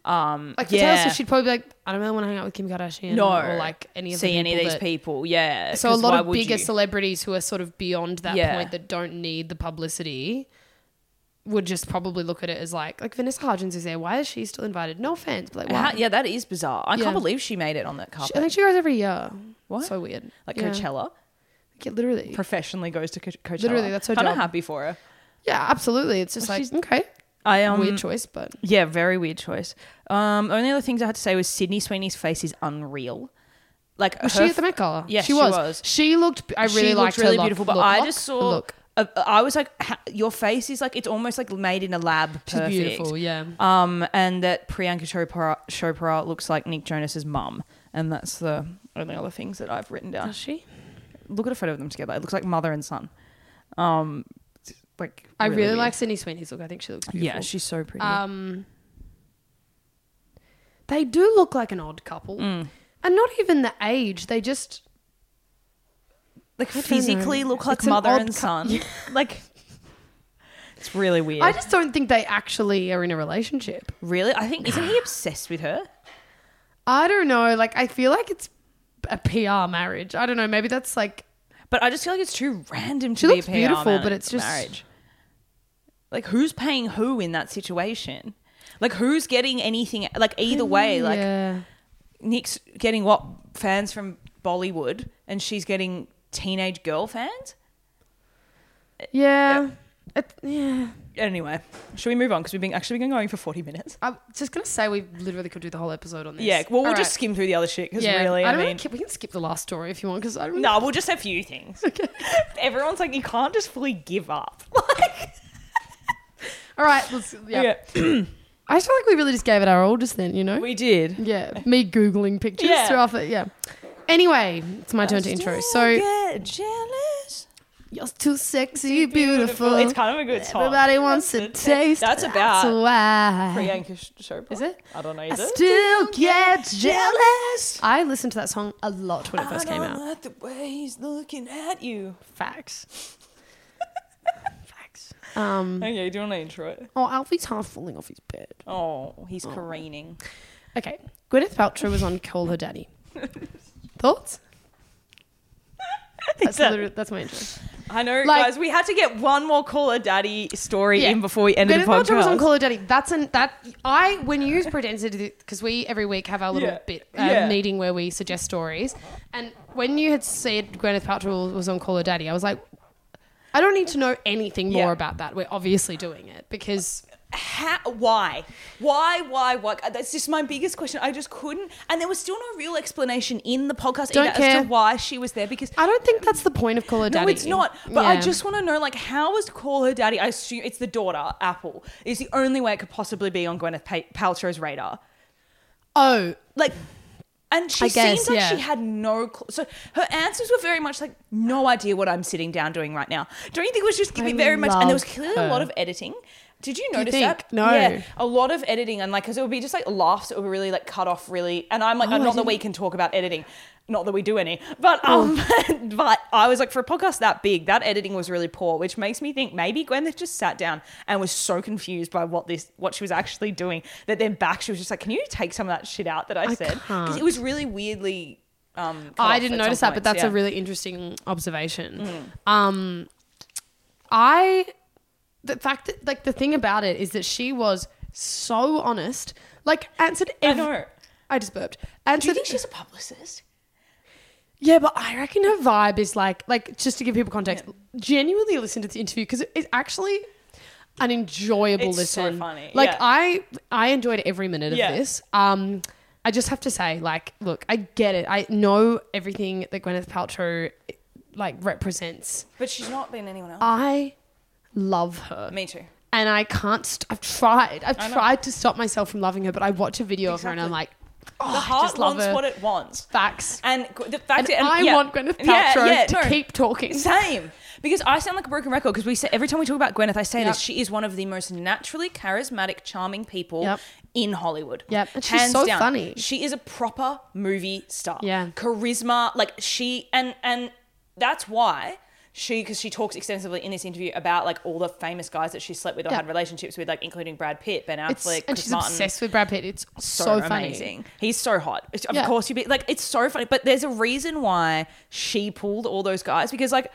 Speaker 2: Um,
Speaker 3: Like for
Speaker 2: yeah,
Speaker 3: Taylor Swift, she'd probably be like, I don't really want to hang out with Kim Kardashian
Speaker 2: no,
Speaker 3: or like any of the
Speaker 2: see any of
Speaker 3: people
Speaker 2: these
Speaker 3: that-
Speaker 2: people. Yeah,
Speaker 3: So a
Speaker 2: 'cause why
Speaker 3: lot of
Speaker 2: would
Speaker 3: bigger
Speaker 2: you?
Speaker 3: celebrities who are sort of beyond that
Speaker 2: Yeah.
Speaker 3: point that don't need the publicity would just probably look at it as like like Vanessa Hudgens is there. Why is she still invited? No offense, but like why?
Speaker 2: How- yeah, that is bizarre. I
Speaker 3: Yeah.
Speaker 2: can't believe she made it on that
Speaker 3: She- I
Speaker 2: carpet.
Speaker 3: think she goes every year.
Speaker 2: What?
Speaker 3: So weird.
Speaker 2: like
Speaker 3: yeah.
Speaker 2: Coachella,
Speaker 3: Like, yeah, literally.
Speaker 2: professionally goes to Co- Coachella.
Speaker 3: Literally, that's her
Speaker 2: I'm not
Speaker 3: job.
Speaker 2: happy for her.
Speaker 3: Yeah, absolutely. It's just like okay,
Speaker 2: I um,
Speaker 3: weird choice, but
Speaker 2: Yeah, very weird choice. Um, only other things I had to say was Sydney Sweeney's face is unreal. Like
Speaker 3: was
Speaker 2: her
Speaker 3: she at the Met Gala?
Speaker 2: Yes,
Speaker 3: she
Speaker 2: she
Speaker 3: was.
Speaker 2: was.
Speaker 3: She looked. I
Speaker 2: f-
Speaker 3: really
Speaker 2: she
Speaker 3: liked
Speaker 2: looked really
Speaker 3: her look-
Speaker 2: beautiful, but
Speaker 3: look-
Speaker 2: I
Speaker 3: look-
Speaker 2: just saw.
Speaker 3: look.
Speaker 2: uh, I was like, ha- your face is like it's almost like made in a lab.
Speaker 3: She's
Speaker 2: perfect.
Speaker 3: beautiful. Yeah.
Speaker 2: Um, and that Priyanka Chopra, Chopra looks like Nick Jonas's mum, and that's the only other things that I've written down.
Speaker 3: she?
Speaker 2: Look at a photo of them together. It looks like mother and son. Um, it's, like
Speaker 3: I really,
Speaker 2: weird.
Speaker 3: like Sydney Sweeney's look. I think she looks beautiful.
Speaker 2: Yeah, she's so pretty.
Speaker 3: Um, they do look like an odd couple,
Speaker 2: Mm.
Speaker 3: and not even the age. They just
Speaker 2: like
Speaker 3: don't know.
Speaker 2: physically look like
Speaker 3: It's an
Speaker 2: mother
Speaker 3: odd
Speaker 2: and
Speaker 3: cou-
Speaker 2: son. like it's really weird.
Speaker 3: I just don't think they actually are in a relationship.
Speaker 2: really, I think isn't he obsessed with her?
Speaker 3: I don't know. Like I feel like it's a PR marriage. I don't know. Maybe that's like
Speaker 2: But I just feel like it's too random to
Speaker 3: She
Speaker 2: be
Speaker 3: looks
Speaker 2: a PR
Speaker 3: beautiful,
Speaker 2: man
Speaker 3: but
Speaker 2: in
Speaker 3: it's just-
Speaker 2: marriage. Like who's paying who in that situation? Like who's getting anything? Like either way, like uh,
Speaker 3: yeah.
Speaker 2: Nick's getting what fans from Bollywood, and she's getting teenage girl fans.
Speaker 3: Yeah. It, yeah.
Speaker 2: Anyway, should we move on? Because we've been actually been going for forty minutes.
Speaker 3: I'm just gonna say we literally could do the whole episode on this.
Speaker 2: Yeah, well, we'll
Speaker 3: All
Speaker 2: just
Speaker 3: right.
Speaker 2: skim through the other shit because
Speaker 3: yeah.
Speaker 2: really,
Speaker 3: I
Speaker 2: I,
Speaker 3: don't
Speaker 2: mean,
Speaker 3: really, we can skip the last story if you want because I don't.
Speaker 2: No, we'll just a few things. Everyone's like, you can't just fully give up. Like,
Speaker 3: All right. Let's, yeah. I just feel like we really just gave it our all just then. You know.
Speaker 2: we did.
Speaker 3: Yeah, me googling pictures
Speaker 2: Yeah.
Speaker 3: throughout it. Yeah. Anyway, it's my turn to intro. So
Speaker 2: get jealous.
Speaker 3: You're too sexy, beautiful.
Speaker 2: It's kind of a good song.
Speaker 3: Everybody wants to taste.
Speaker 2: That's
Speaker 3: That's
Speaker 2: about
Speaker 3: why.
Speaker 2: Priyanka Sh- Chopra.
Speaker 3: Is it?
Speaker 2: I don't know.
Speaker 3: I
Speaker 2: Is it?
Speaker 3: still get jealous.
Speaker 2: Jealous.
Speaker 3: I listened to that song a lot when it first
Speaker 2: I
Speaker 3: came
Speaker 2: don't
Speaker 3: out.
Speaker 2: Like the way he's looking at you.
Speaker 3: Facts. Facts. Um.
Speaker 2: Okay, do you want to intro it?
Speaker 3: Oh, Alfie's half falling off his bed.
Speaker 2: Oh, he's careening.
Speaker 3: Okay. Gwyneth Paltrow was on Call Her Daddy. Thoughts? That's,
Speaker 2: Exactly.
Speaker 3: literally- that's my intro.
Speaker 2: I know,
Speaker 3: Like-
Speaker 2: guys. We had to get one more caller daddy story
Speaker 3: Yeah.
Speaker 2: in before we ended
Speaker 3: Gwyneth
Speaker 2: the podcast.
Speaker 3: Paltrow was on Call Her Daddy. That's an that I when you pretended to do because we every week have our little
Speaker 2: Yeah.
Speaker 3: bit uh,
Speaker 2: Yeah.
Speaker 3: meeting where we suggest stories, and when you had said Gwyneth Paltrow was on Call Her Daddy, I was like, I don't need to know anything more
Speaker 2: Yeah.
Speaker 3: about that. We're obviously doing it because
Speaker 2: How, why? Why, why, why? Uh, That's just my biggest question. I just couldn't. And there was still no real explanation in the podcast
Speaker 3: Don't
Speaker 2: either
Speaker 3: care.
Speaker 2: as to why she was there because.
Speaker 3: I don't think that's the point of Call Her Daddy.
Speaker 2: No, it's not. But I
Speaker 3: Yeah.
Speaker 2: just want to know, like, how was Call Her Daddy? I assume it's the daughter, Apple, is the only way it could possibly be on Gwyneth pa- Paltrow's radar.
Speaker 3: oh
Speaker 2: Like, and she
Speaker 3: I guess,
Speaker 2: seems like
Speaker 3: yeah.
Speaker 2: she had no clue. So her answers were very much like, no idea what I'm sitting down doing right now. Don't you think it was just giving
Speaker 3: I
Speaker 2: very much? And there was
Speaker 3: love
Speaker 2: clearly
Speaker 3: her.
Speaker 2: a lot of editing. Did you
Speaker 3: you
Speaker 2: notice
Speaker 3: think?
Speaker 2: that?
Speaker 3: No.
Speaker 2: Yeah, a lot of editing and like, because it would be just like laughs that were really like cut off, really. And I'm like,
Speaker 3: Oh, I
Speaker 2: not that
Speaker 3: didn't- Oh.
Speaker 2: we can talk about editing, not that we do any, but um, but I was like, for a podcast that big, that editing was really poor, which makes me think maybe Gwyneth just sat down and was so confused by what this what she was actually doing that then back she was just like, can you take some of that shit out that I,
Speaker 3: I
Speaker 2: said? Because
Speaker 3: can't.
Speaker 2: it was really weirdly. Um, cut
Speaker 3: I
Speaker 2: off
Speaker 3: didn't
Speaker 2: at some
Speaker 3: notice that, but
Speaker 2: points,
Speaker 3: that's
Speaker 2: yeah. Mm.
Speaker 3: a really interesting observation. Um, I the fact that like the thing about it is that she was so honest, like answered.
Speaker 2: I
Speaker 3: Ev-
Speaker 2: know.
Speaker 3: I just burped.
Speaker 2: Do you
Speaker 3: Answered.
Speaker 2: think she's a publicist?
Speaker 3: yeah, but I reckon her vibe is like like just to give people context. Genuinely listen to the interview because it's actually an enjoyable
Speaker 2: It's so
Speaker 3: listen.
Speaker 2: funny,
Speaker 3: Like
Speaker 2: yeah.
Speaker 3: I I enjoyed every minute of
Speaker 2: Yeah.
Speaker 3: this. Um. I just have to say, like, look, I get it. I know everything that Gwyneth Paltrow like represents
Speaker 2: But she's not been anyone else.
Speaker 3: I love her.
Speaker 2: Uh, Me too.
Speaker 3: And I can't, st- I've tried, I've
Speaker 2: I know.
Speaker 3: tried to stop myself from loving her, but I watch a video of her and I'm like, oh,
Speaker 2: The
Speaker 3: I
Speaker 2: heart
Speaker 3: just love
Speaker 2: wants
Speaker 3: her.
Speaker 2: what it wants.
Speaker 3: Facts.
Speaker 2: And g- the fact
Speaker 3: And
Speaker 2: that and,
Speaker 3: I
Speaker 2: yeah.
Speaker 3: want Gwyneth
Speaker 2: Yeah,
Speaker 3: Paltrow
Speaker 2: yeah,
Speaker 3: to
Speaker 2: no.
Speaker 3: keep talking.
Speaker 2: Same. Because I sound like a broken record because we say every time we talk about Gwyneth, I say
Speaker 3: Yep.
Speaker 2: this: she is one of the most naturally charismatic, charming people
Speaker 3: Yep.
Speaker 2: in Hollywood.
Speaker 3: Yep. And she's so funny.
Speaker 2: She is a proper movie star.
Speaker 3: Yeah.
Speaker 2: charisma. Like she and and that's why she because she talks extensively in this interview about like all the famous guys that she slept with or
Speaker 3: Yeah.
Speaker 2: had relationships with, like including Brad Pitt, Ben
Speaker 3: It's,
Speaker 2: Affleck,
Speaker 3: and
Speaker 2: Chris
Speaker 3: she's
Speaker 2: Martin
Speaker 3: obsessed with Brad Pitt. It's so, funny.
Speaker 2: amazing. He's so hot. It's- Of
Speaker 3: Yeah.
Speaker 2: course, you be like it's so funny. But there's a reason why she pulled all those guys because like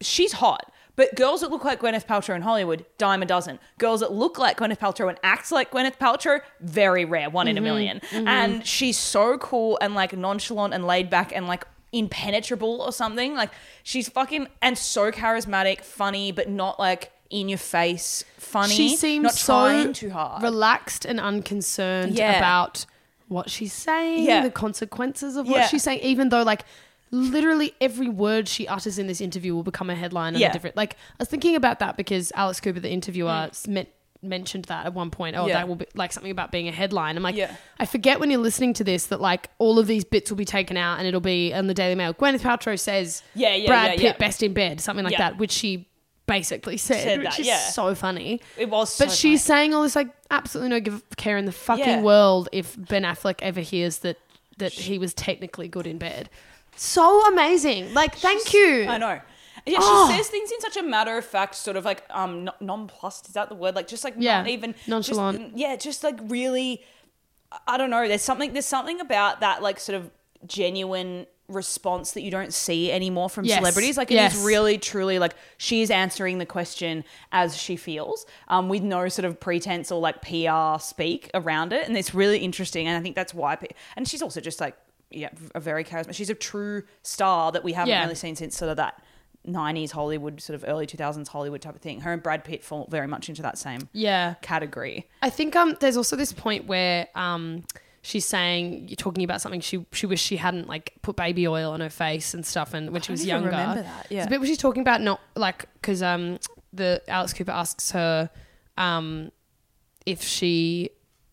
Speaker 2: she's hot. But girls that look like Gwyneth Paltrow in Hollywood, dime a dozen. Girls that look like Gwyneth Paltrow and act like Gwyneth Paltrow, very rare, one in
Speaker 3: Mm-hmm.
Speaker 2: a 1000000 And she's so cool and like nonchalant and laid back and like impenetrable or something. Like she's fucking and so charismatic, funny, but not like in your face funny.
Speaker 3: She seems
Speaker 2: not
Speaker 3: so
Speaker 2: trying too hard.
Speaker 3: relaxed and unconcerned
Speaker 2: Yeah.
Speaker 3: about what she's saying,
Speaker 2: Yeah.
Speaker 3: the consequences of what
Speaker 2: Yeah.
Speaker 3: she's saying, even though like literally every word she utters in this interview will become a headline and
Speaker 2: Yeah. Mm.
Speaker 3: a different like I was thinking about that because Alex Cooper, the interviewer, s- men- mentioned that at one point. Oh,
Speaker 2: Yeah.
Speaker 3: that will be like something about being a headline. I'm like,
Speaker 2: Yeah.
Speaker 3: I forget when you're listening to this that like all of these bits will be taken out and it'll be on the Daily Mail. Gwyneth Paltrow says
Speaker 2: Yeah, yeah,
Speaker 3: Brad
Speaker 2: yeah,
Speaker 3: Pitt
Speaker 2: yeah.
Speaker 3: best in bed, something like
Speaker 2: Yeah.
Speaker 3: that, which she basically said,
Speaker 2: Said
Speaker 3: which
Speaker 2: that,
Speaker 3: is
Speaker 2: yeah.
Speaker 3: so funny.
Speaker 2: It was
Speaker 3: But
Speaker 2: so
Speaker 3: she's saying all this like absolutely no give care in the fucking
Speaker 2: Yeah.
Speaker 3: world if Ben Affleck ever hears that that he was technically good in bed. So amazing! Like, thank you.
Speaker 2: I know. Yeah, she
Speaker 3: Oh.
Speaker 2: says things in such a matter of fact, sort of like um non- nonplussed. Is that the word? Like just like
Speaker 3: Yeah,
Speaker 2: not even just-
Speaker 3: nonchalant.
Speaker 2: yeah, just like really. I- I don't know. There's something. There's something about that like sort of genuine response that you don't see anymore from
Speaker 3: Yes,
Speaker 2: celebrities. Like it
Speaker 3: yes.
Speaker 2: is really truly like she is answering the question as she feels, um, with no sort of pretense or like PR speak around it, and it's really interesting. And I think that's why. Pe- and she's also just like yeah, a very charismatic. She's a true star that we haven't
Speaker 3: Yeah.
Speaker 2: really seen since sort of that. 90s Hollywood, sort of early 2000s Hollywood type of thing. Her and Brad Pitt fall very much into that same
Speaker 3: Yeah.
Speaker 2: category.
Speaker 3: I think um, there's also this point where um, she's saying you're talking about something she she wished she hadn't like put baby oil on her face and stuff, and when she was
Speaker 2: even
Speaker 3: younger.
Speaker 2: remember that,
Speaker 3: It's
Speaker 2: yeah.
Speaker 3: a bit where she's talking about not like because um, the Alex Cooper asks her um, if she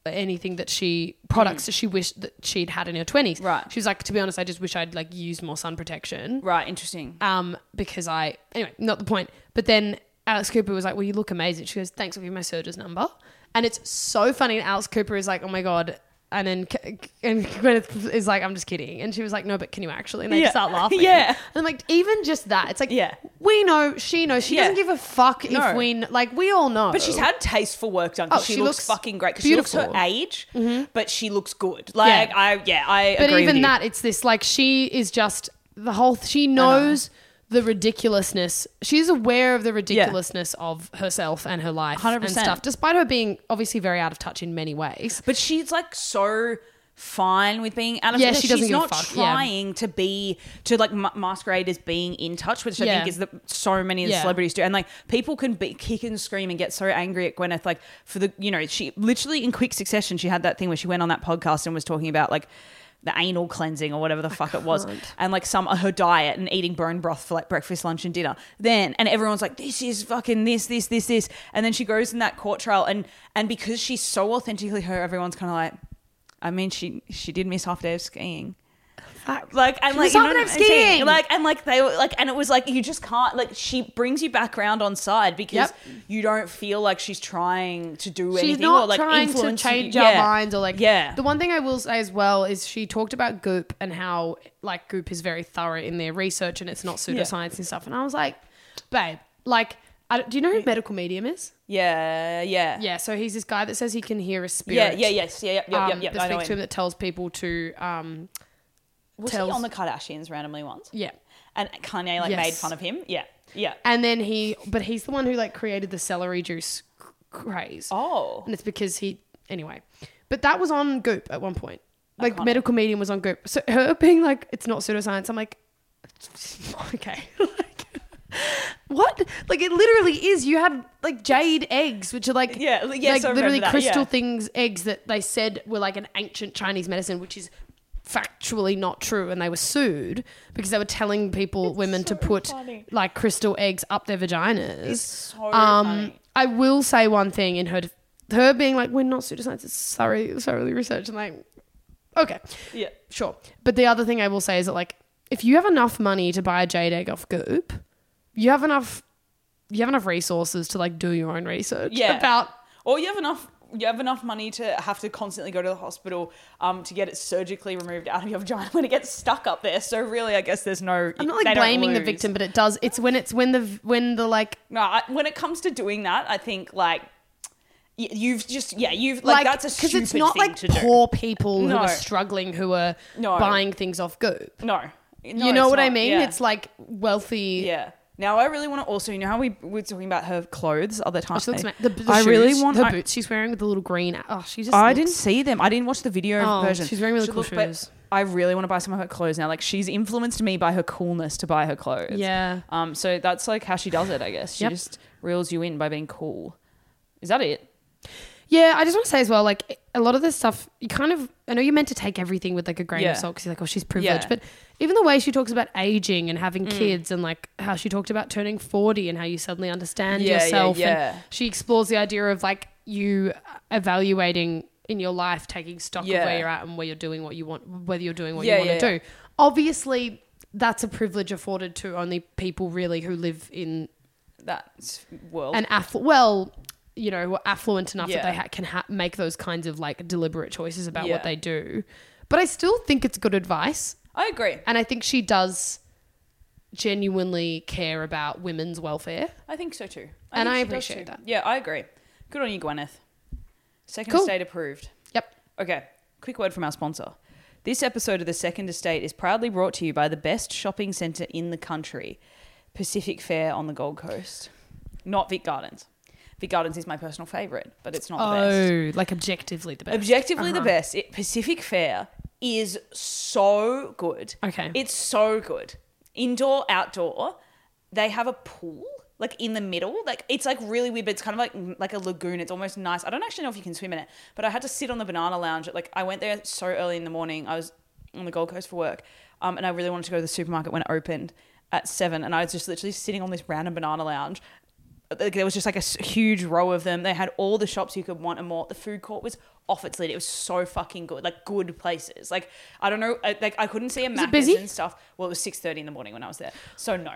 Speaker 3: anything that she products that she wished that she'd had in her 20s
Speaker 2: Mm. Right.
Speaker 3: she was like to be honest i just wish i'd like used more sun protection
Speaker 2: Right, interesting.
Speaker 3: um, because I anyway, not the point. But then Alex Cooper was like, "Well, you look amazing." She goes, "Thanks, I'll give you my surge's number." And it's so funny. And Alex Cooper is like, "Oh my god." And then K- and Gwyneth is like, "I'm just kidding," and she was like, "No, but can you actually?" And they
Speaker 2: Yeah.
Speaker 3: start laughing.
Speaker 2: Yeah.
Speaker 3: and I'm like, even just that, it's like,
Speaker 2: Yeah.
Speaker 3: we know, she knows, she
Speaker 2: Yeah.
Speaker 3: doesn't give a fuck
Speaker 2: No.
Speaker 3: if we kn- like, we all know.
Speaker 2: But she's had tasteful work done because
Speaker 3: Oh,
Speaker 2: she,
Speaker 3: she
Speaker 2: looks,
Speaker 3: looks
Speaker 2: fucking great. Because she looks her
Speaker 3: beautiful. Mm-hmm.
Speaker 2: age, but she looks good. Like
Speaker 3: Yeah.
Speaker 2: I, yeah, I.
Speaker 3: But
Speaker 2: agree with
Speaker 3: even
Speaker 2: you.
Speaker 3: that, it's this like she is just the whole. She knows the ridiculousness. She's aware of the ridiculousness of herself and her life and
Speaker 2: 100%.
Speaker 3: stuff. Despite her being obviously very out of touch in many ways.
Speaker 2: But she's like so fine with being out of
Speaker 3: Yeah,
Speaker 2: touch.
Speaker 3: she
Speaker 2: She's
Speaker 3: doesn't give a
Speaker 2: not
Speaker 3: fuck, yeah.
Speaker 2: trying to be to like ma- masquerade as being in touch, which I
Speaker 3: Yeah.
Speaker 2: think is that so many of the
Speaker 3: Yeah.
Speaker 2: celebrities do. And like people can be kick and scream and get so angry at Gwyneth. Like for the you know she literally in quick succession she had that thing where she went on that podcast and was talking about like. The anal cleansing or whatever the fuck it was, and like some her diet and eating bone broth for like breakfast, lunch, and dinner. Then and everyone's like, "This is fucking this, this, this, this," and then she goes in that court trial and and because she's so authentically her, everyone's kind of like, I mean, she she did miss half a day of skiing. Like and
Speaker 3: She
Speaker 2: like
Speaker 3: missed
Speaker 2: you
Speaker 3: half
Speaker 2: know
Speaker 3: a
Speaker 2: what
Speaker 3: day of
Speaker 2: I'm saying?
Speaker 3: skiing.
Speaker 2: Like and like they were like and it was like you just can't like she brings you back round on side because
Speaker 3: Yep.
Speaker 2: you don't feel like she's trying to do
Speaker 3: She's
Speaker 2: anything
Speaker 3: not
Speaker 2: or like
Speaker 3: trying to
Speaker 2: influence
Speaker 3: change
Speaker 2: you.
Speaker 3: our
Speaker 2: Yeah.
Speaker 3: minds or like.
Speaker 2: yeah
Speaker 3: The one thing I will say as well is she talked about Goop and how like Goop is very thorough in their research and it's not pseudoscience and stuff. And I was like, babe, like, I, don't- do you know who medical medium is?
Speaker 2: yeah yeah
Speaker 3: Yeah, so he's this guy that says he can hear a spirit.
Speaker 2: Uh. yeah yeah yes yeah yeah yeah
Speaker 3: um,
Speaker 2: yeah
Speaker 3: that
Speaker 2: I know
Speaker 3: speaks to him
Speaker 2: him.
Speaker 3: that tells people to um
Speaker 2: was he
Speaker 3: tells-
Speaker 2: on the Kardashians randomly once
Speaker 3: yeah
Speaker 2: and Kanye like
Speaker 3: Yes.
Speaker 2: made fun of him yeah yeah
Speaker 3: and then he but he's the one who like created the celery juice c- craze
Speaker 2: oh
Speaker 3: and it's because he anyway but that was on goop at one point like
Speaker 2: Iconic.
Speaker 3: medical medium was on goop so her being like it's not pseudoscience i'm like okay like what like it literally is you had like jade eggs which are like
Speaker 2: Yeah, l- yes, I
Speaker 3: like
Speaker 2: remember
Speaker 3: literally
Speaker 2: that,
Speaker 3: crystal
Speaker 2: yeah.
Speaker 3: things eggs that they said were like an ancient chinese medicine which is factually not true and they were sued because they were telling people women to put
Speaker 2: funny.
Speaker 3: like crystal eggs up their vaginas
Speaker 2: so funny.
Speaker 3: um, I will say one thing in her, def- her being like, "We're not pseudoscience. It's thoroughly, thoroughly researched." And like, okay,
Speaker 2: yeah
Speaker 3: sure. But the other thing I will say is that like, if you have enough money to buy a jade egg off Goop, you have enough, you have enough resources to like do your own research
Speaker 2: Yeah.
Speaker 3: about
Speaker 2: Or you have enough you have enough money to have to constantly go to the hospital um, to get it surgically removed out of your vagina when it gets stuck up there. So really, I guess there's no.
Speaker 3: I'm not
Speaker 2: they
Speaker 3: like
Speaker 2: don't
Speaker 3: blaming the
Speaker 2: lose.
Speaker 3: victim, but it does. It's when it's when the when the like
Speaker 2: No, I, when it comes to doing that, I think like y- you've just yeah you've like, that's a stupid
Speaker 3: it's not
Speaker 2: thing
Speaker 3: like
Speaker 2: to
Speaker 3: poor people who
Speaker 2: No.
Speaker 3: are struggling who are
Speaker 2: No.
Speaker 3: buying things off Goop.
Speaker 2: do. No, No,
Speaker 3: you know
Speaker 2: it's
Speaker 3: what I
Speaker 2: not.
Speaker 3: mean?
Speaker 2: Yeah.
Speaker 3: It's like wealthy.
Speaker 2: yeah. Now I really want to also you know how we were talking about her clothes other time.
Speaker 3: She looks ama- the, the
Speaker 2: I
Speaker 3: shoes,
Speaker 2: really want.
Speaker 3: her
Speaker 2: I,
Speaker 3: boots she's wearing with the little
Speaker 2: uh,
Speaker 3: green. Oh, she just.
Speaker 2: I
Speaker 3: looks-
Speaker 2: didn't see them. I didn't watch the video
Speaker 3: Oh,
Speaker 2: version.
Speaker 3: she's wearing really
Speaker 2: She
Speaker 3: cool
Speaker 2: looked- but
Speaker 3: shoes.
Speaker 2: I really want to buy some of her clothes now. Like she's influenced me by her coolness to buy her clothes.
Speaker 3: Yeah.
Speaker 2: Um. So that's like how she does it. I guess she
Speaker 3: Yep.
Speaker 2: just reels you in by being cool. Is that it?
Speaker 3: Yeah, I just want to say as well, like a lot of this stuff, you kind of. I know you're meant to take everything with like a grain
Speaker 2: Yeah.
Speaker 3: of salt because you're like, oh, she's privileged,
Speaker 2: Yeah. Mm.
Speaker 3: but even the way she talks about aging and having kids and like how she talked about turning 40 and how you suddenly understand
Speaker 2: Yeah, yeah,
Speaker 3: yourself
Speaker 2: yeah.
Speaker 3: and she explores the idea of like you evaluating in your life taking stock
Speaker 2: Yeah.
Speaker 3: of where you're at and where you're doing what you want whether you're doing what
Speaker 2: Yeah,
Speaker 3: you want
Speaker 2: yeah,
Speaker 3: to
Speaker 2: yeah.
Speaker 3: do obviously that's a privilege afforded to only people really who live in
Speaker 2: That's world.
Speaker 3: and afflu- well you know were affluent enough that
Speaker 2: Oh. Yeah.
Speaker 3: they ha- can ha- make those kinds of like deliberate choices about
Speaker 2: Yeah.
Speaker 3: what they do but i still think it's good advice
Speaker 2: I agree.
Speaker 3: and i think she does genuinely care about women's welfare
Speaker 2: I think so too. think
Speaker 3: And I
Speaker 2: she does
Speaker 3: appreciate
Speaker 2: too.
Speaker 3: that.
Speaker 2: Yeah, I agree. Good on you, Gwyneth. Second
Speaker 3: Cool.
Speaker 2: state approved.
Speaker 3: yep
Speaker 2: Okay, quick word from our sponsor. This episode of The Second Estate is proudly brought to you by the best shopping centre in the country, Pacific Fair on the Gold Coast. Not Vic Gardens. Vic Gardens is my personal favourite, but it's not the best.
Speaker 3: oh like objectively the best
Speaker 2: Objectively, the
Speaker 3: Uh-huh.
Speaker 2: best. It, Pacific Fair is so good.
Speaker 3: Okay.
Speaker 2: It's so good. Indoor, outdoor. They have a pool like in the middle. Like it's like really weird, but it's kind of like like a lagoon. It's almost nice. I don't actually know if you can swim in it, but I had to sit on the banana lounge. Like I went there so early in the morning. I was on the Gold Coast for work, um, and I really wanted to go to the supermarket when it opened at seven, and I was just literally sitting on this random banana lounge but like, there was just like a s- huge row of them. They had all the shops you could want and more. The food court was off its lid. It was so fucking good, like good places. Like I don't know, I, like I couldn't see a
Speaker 3: it
Speaker 2: Macca's
Speaker 3: busy?
Speaker 2: and stuff. Well, it was six thirty in the morning when I was there, so no,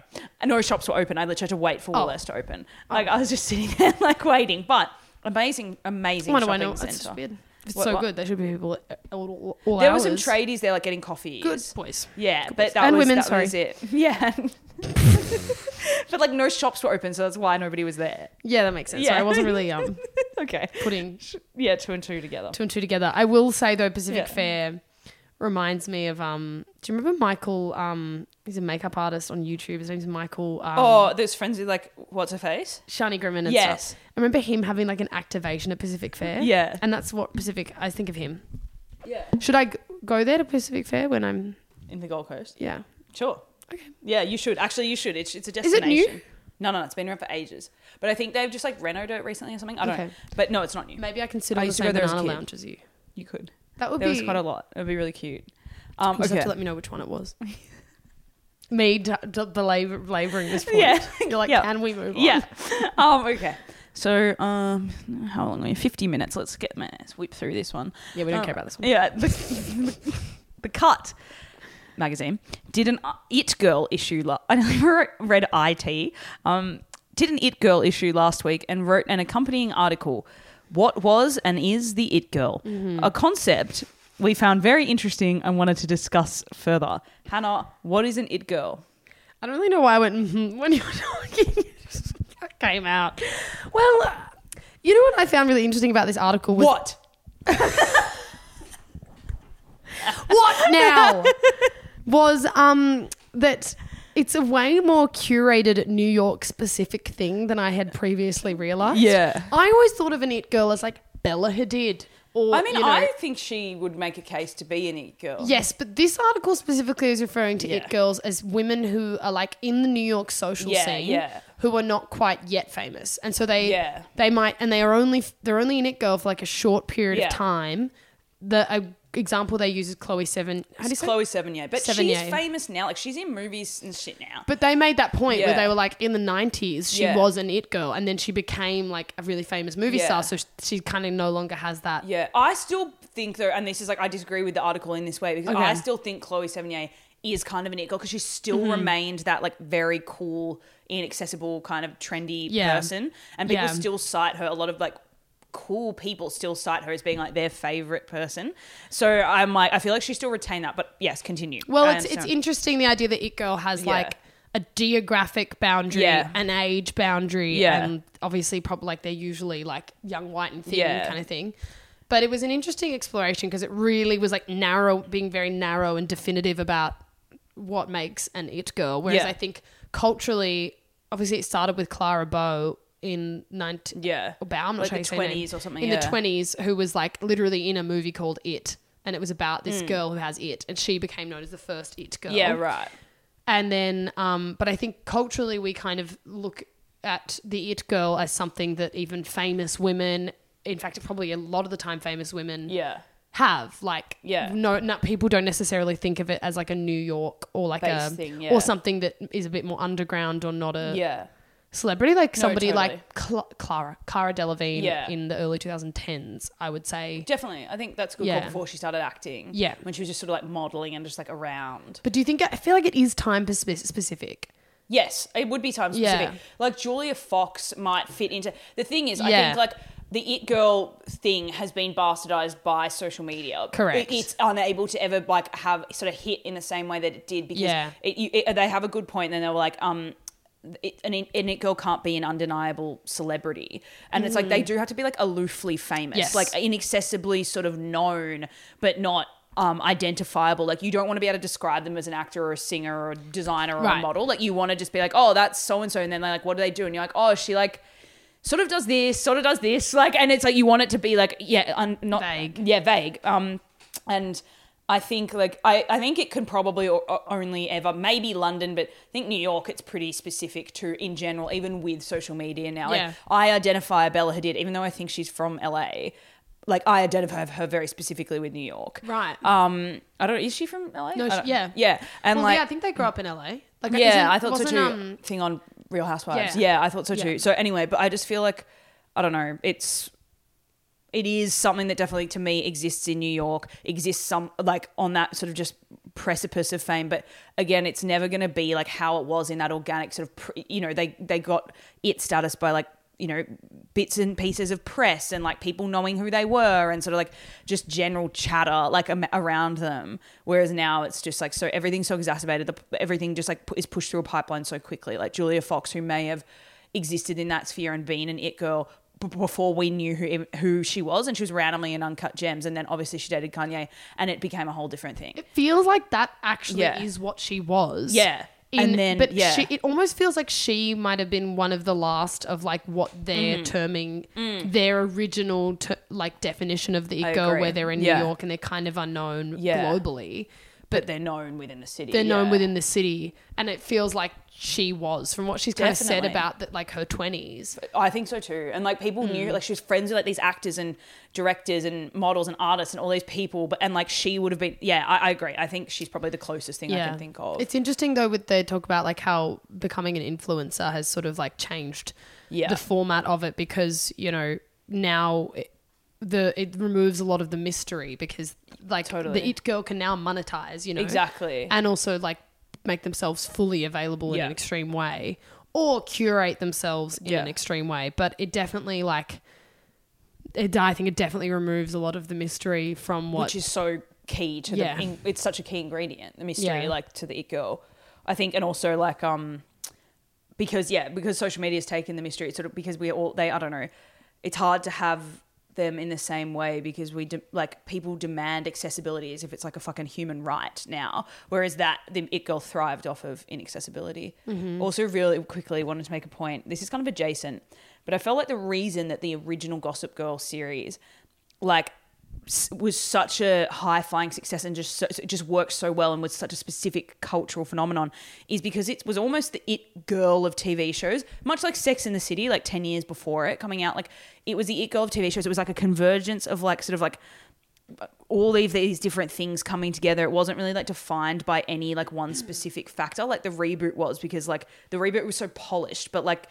Speaker 2: no shops were open. I literally had to wait for
Speaker 3: Oh.
Speaker 2: Woolworths to open. Like I was just sitting there, like waiting. But amazing, amazing
Speaker 3: Why do I
Speaker 2: shopping
Speaker 3: know? It's just
Speaker 2: center.
Speaker 3: weird. It's
Speaker 2: What-
Speaker 3: so
Speaker 2: what?
Speaker 3: good. There should be people at all, all
Speaker 2: There were
Speaker 3: hours.
Speaker 2: some tradies there, like getting coffee.
Speaker 3: Good boys.
Speaker 2: Yeah,
Speaker 3: Good boys.
Speaker 2: but that
Speaker 3: And
Speaker 2: was,
Speaker 3: women,
Speaker 2: that
Speaker 3: sorry.
Speaker 2: was it. Yeah. but like no shops were open, so that's why nobody was there.
Speaker 3: Yeah, that makes sense.
Speaker 2: Yeah.
Speaker 3: Sorry, I wasn't really um
Speaker 2: Okay.
Speaker 3: putting
Speaker 2: Yeah, two and two together.
Speaker 3: two and two together. I will say though, Pacific
Speaker 2: Yeah.
Speaker 3: Fair reminds me of um. Do you remember Michael? Um, he's a makeup artist on YouTube. His name's Michael. Um,
Speaker 2: oh, those friends with like what's her face?
Speaker 3: Shani Grimman and
Speaker 2: Yes.
Speaker 3: stuff. I remember him having like an activation at Pacific Fair.
Speaker 2: Yeah.
Speaker 3: and that's what Pacific. I think of him.
Speaker 2: Yeah.
Speaker 3: Should I g- go there to Pacific Fair when I'm?
Speaker 2: In the Gold Coast.
Speaker 3: Yeah.
Speaker 2: Sure.
Speaker 3: Okay.
Speaker 2: Yeah, you should. Actually, you should. It's, it's a
Speaker 3: it
Speaker 2: destination.
Speaker 3: new?
Speaker 2: No, no, it's been around for ages. But I think they've just like renovated it recently or something. I don't know.
Speaker 3: Okay.
Speaker 2: But no, it's not new.
Speaker 3: Maybe I can sit
Speaker 2: I
Speaker 3: on the
Speaker 2: used to go
Speaker 3: same
Speaker 2: there as a
Speaker 3: banana
Speaker 2: kid.
Speaker 3: lounge as you.
Speaker 2: You could.
Speaker 3: That would
Speaker 2: There
Speaker 3: be
Speaker 2: was quite a lot. It would be really cute. Um,
Speaker 3: You just
Speaker 2: okay.
Speaker 3: have to let me know which one it was. me d- d- belabor- belaboring this point.
Speaker 2: Yeah.
Speaker 3: You're like,
Speaker 2: Yeah.
Speaker 3: can we move on?
Speaker 2: Yeah. um, okay. So, um, how long are we? 50 minutes. Let's get my let's whip through this one.
Speaker 3: Yeah, we don't
Speaker 2: Um,
Speaker 3: care about this one.
Speaker 2: Yeah. The, the Cut magazine did an It Girl issue. La- I never read IT. Um, did an It Girl issue last week and wrote an accompanying article. What was and is the It Girl?
Speaker 3: Mm-hmm.
Speaker 2: A concept we found very interesting and wanted to discuss further. Hannah, what is an It Girl?
Speaker 3: I don't really know why I went "Mhm" when you were talking. It just came out. Well, uh, you know what I found really interesting about this article was
Speaker 2: What?
Speaker 3: what now was um that it's a way more curated New York specific thing than I had previously realized.
Speaker 2: Yeah.
Speaker 3: I always thought of an it girl as like Bella Hadid or
Speaker 2: I mean,
Speaker 3: you know,
Speaker 2: I think she would make a case to be an it girl.
Speaker 3: Yes, but this article specifically is referring to
Speaker 2: Yeah.
Speaker 3: it girls as women who are like in the New York social
Speaker 2: Yeah,
Speaker 3: scene
Speaker 2: yeah.
Speaker 3: who are not quite yet famous. And so they
Speaker 2: Yeah.
Speaker 3: they might and they are only they're only an it girl for like a short period
Speaker 2: Yeah.
Speaker 3: of time. The uh, example they use is Chloe 7. How do you
Speaker 2: It's
Speaker 3: say?
Speaker 2: Chloe Sevigny, but she's
Speaker 3: Sevigny.
Speaker 2: famous now. Like she's in movies and shit now.
Speaker 3: But they made that point where
Speaker 2: Yeah.
Speaker 3: they were like, in the nineties, she
Speaker 2: Yeah.
Speaker 3: was an it girl, and then she became like a really famous movie
Speaker 2: Yeah.
Speaker 3: star. So sh- she kind of no longer has that.
Speaker 2: yeah, I still think though, and this is like I disagree with the article in this way because
Speaker 3: Okay. Mm-hmm.
Speaker 2: I still think Chloe Sevigny is kind of an it girl because she still remained that like very cool, inaccessible kind of trendy
Speaker 3: Yeah.
Speaker 2: person, and people
Speaker 3: Yeah.
Speaker 2: still cite her. A lot of like cool people still cite her as being like their favorite person. So I'm like, I feel like she still retained that. But yes, continue.
Speaker 3: Well,
Speaker 2: I
Speaker 3: it's it's
Speaker 2: understand.
Speaker 3: interesting the idea that it girl has
Speaker 2: Yeah.
Speaker 3: like a geographic boundary,
Speaker 2: Yeah.
Speaker 3: an age boundary,
Speaker 2: Yeah.
Speaker 3: and obviously probably like they're usually like young, white, and thin
Speaker 2: Yeah.
Speaker 3: kind of thing. But it was an interesting exploration because it really was like narrow, being very narrow and definitive about what makes an it girl. Whereas
Speaker 2: Yeah.
Speaker 3: I think culturally, obviously, it started with Clara Bow in 19,
Speaker 2: yeah.
Speaker 3: or Bao, I'm
Speaker 2: Like
Speaker 3: not sure
Speaker 2: the
Speaker 3: how you say her name.
Speaker 2: 20s or something,
Speaker 3: In the
Speaker 2: yeah.
Speaker 3: twenties, who was like literally in a movie called It, and it was about this girl who has it, and she became known as the first It girl.
Speaker 2: Mm. Yeah, right.
Speaker 3: And then, um, but I think culturally we kind of look at the It girl as something that even famous women, in fact, probably a lot of the time famous women,
Speaker 2: Yeah.
Speaker 3: have like
Speaker 2: Yeah.
Speaker 3: no not people don't necessarily think of it as like a New York or like
Speaker 2: Base
Speaker 3: a
Speaker 2: thing, yeah.
Speaker 3: or something that is a bit more underground or not a
Speaker 2: Yeah.
Speaker 3: celebrity, like
Speaker 2: No,
Speaker 3: somebody
Speaker 2: totally.
Speaker 3: like Cl- Clara, Cara Delevingne
Speaker 2: Yeah.
Speaker 3: in the early 2010s, I would say.
Speaker 2: Definitely. I think that's a good
Speaker 3: Yeah.
Speaker 2: call before she started acting.
Speaker 3: Yeah.
Speaker 2: When she was just sort of like modeling and just like around.
Speaker 3: But do you think I feel like it is time pers- specific?
Speaker 2: Yes, it would be time
Speaker 3: Yeah.
Speaker 2: specific. Like Julia Fox might fit into the thing is I
Speaker 3: Yeah.
Speaker 2: think like the it girl thing has been bastardized by social media.
Speaker 3: Correct.
Speaker 2: It- it's unable to ever like have sort of hit in the same way that it did because
Speaker 3: Yeah.
Speaker 2: it, you, it, they have a good point. Then they were like, um, it, an, an it girl can't be an undeniable celebrity, and it's like they do have to be like aloofly famous,
Speaker 3: Mm. Yes.
Speaker 2: like inaccessibly sort of known, but not. Um, identifiable like you don't want to be able to describe them as an actor or a singer or a designer or a
Speaker 3: Right.
Speaker 2: model like you want to just be like oh that's so and so and then they're like what do they do and you're like oh she like sort of does this sort of does this like and it's like you want it to be like yeah un- not
Speaker 3: Vague.
Speaker 2: yeah vague um and i think like i, I think it can probably o- o- only ever maybe london but i think new york it's pretty specific to in general even with social media now like
Speaker 3: Yeah.
Speaker 2: i identify bella hadid even though i think she's from la like i identify her very specifically with new york
Speaker 3: Right.
Speaker 2: um i don't is she from la
Speaker 3: No,
Speaker 2: I
Speaker 3: she-
Speaker 2: don't-
Speaker 3: yeah.
Speaker 2: yeah and
Speaker 3: well,
Speaker 2: like
Speaker 3: yeah, I think they grew up in LA. Like,
Speaker 2: yeah,
Speaker 3: isn't-
Speaker 2: I thought so
Speaker 3: wasn't,
Speaker 2: too.
Speaker 3: um,
Speaker 2: thing on Real Housewives.
Speaker 3: Yeah.
Speaker 2: Yeah, I thought so
Speaker 3: Yeah.
Speaker 2: too. So anyway, but I just feel like I don't know. It's it is something that definitely to me exists in New York, exists some like on that sort of just precipice of fame. But again, it's never going to be like how it was in that organic sort of pre, you know they they got it status by like you know bits and pieces of press and like people knowing who they were and sort of like just general chatter like am- around them whereas now it's just like so everything's so exacerbated the, everything just like pu- is pushed through a pipeline so quickly like julia fox who may have existed in that sphere and been an it girl b- before we knew who who she was, and she was randomly in Uncut Gems, and then obviously she dated Kanye, and it became a whole different thing.
Speaker 3: It feels like that actually
Speaker 2: Yeah.
Speaker 3: is what she was.
Speaker 2: Yeah. And then-
Speaker 3: but
Speaker 2: yeah.
Speaker 3: she, it almost feels like she might have been one of the last of like what they're
Speaker 2: Mm-hmm.
Speaker 3: terming their original ter- like definition of the
Speaker 2: Mm. I
Speaker 3: it girl,
Speaker 2: agree.
Speaker 3: where they're in
Speaker 2: Yeah.
Speaker 3: New York and they're kind of unknown
Speaker 2: Yeah.
Speaker 3: globally,
Speaker 2: but they're known within the city.
Speaker 3: they're known
Speaker 2: yeah.
Speaker 3: within the city, and it feels like she was from what she's kind of
Speaker 2: Definitely.
Speaker 3: said about that like her twenties.
Speaker 2: I think so too. And like people
Speaker 3: Mm.
Speaker 2: knew, like she was friends with like these actors and directors and models and artists and all these people. But and like she would have been, yeah, I, I agree. I think she's probably the closest thing I can think of.
Speaker 3: It's interesting though with they talk about like how becoming an influencer has sort of like changed
Speaker 2: Yeah.
Speaker 3: the format of it because you know now it, the it removes a lot of the mystery because like
Speaker 2: Totally.
Speaker 3: the it girl can now monetize you know
Speaker 2: Exactly.
Speaker 3: and also like make themselves fully available in
Speaker 2: Yeah.
Speaker 3: an extreme way or curate themselves in
Speaker 2: Yeah.
Speaker 3: an extreme way but it definitely like it, I think it definitely removes a lot of the mystery from what
Speaker 2: which is so key to
Speaker 3: Yeah.
Speaker 2: the in, it's such a key ingredient the mystery
Speaker 3: Yeah.
Speaker 2: like to the it girl i think and also like um because yeah because social media's taken the mystery it's sort of because we're all they i don't know it's hard to have them in the same way because we de- like people demand accessibility as if it's like a fucking human right now whereas that the it girl thrived off of inaccessibility
Speaker 3: Mm-hmm.
Speaker 2: also really quickly wanted to make a point this is kind of adjacent but i felt like the reason that the original gossip girl series like s- was such a high-flying success and just so, it just worked so well and was such a specific cultural phenomenon is because it was almost the it girl of TV shows much like Sex in the City like 10 years before it coming out like it was the it girl of TV shows it was like a convergence of like sort of like all of these different things coming together it wasn't really like defined by any like one specific factor like the reboot was because like the reboot was so polished but like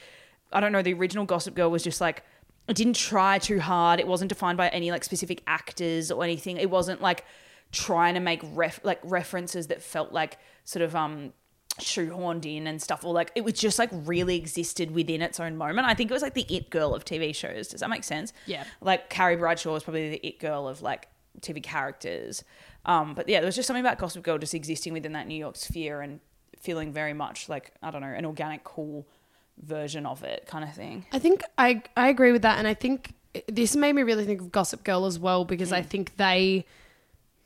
Speaker 2: i don't know the original gossip girl was just like it didn't try too hard it wasn't defined by any like specific actors or anything it wasn't like trying to make ref like references that felt like sort of um shoehorned in and stuff or like it was just like really existed within its own moment i think it was like the it girl of tv shows does that make sense
Speaker 3: Yeah.
Speaker 2: like Carrie Bradshaw is probably the it girl of like TV characters. Um, but yeah, there was just something about Gossip Girl just existing within that New York sphere and feeling very much like I don't know an organic, cool version of it, kind of thing.
Speaker 3: I think I I agree with that, and I think this made me really think of Gossip Girl as well because
Speaker 2: Mm.
Speaker 3: I think they,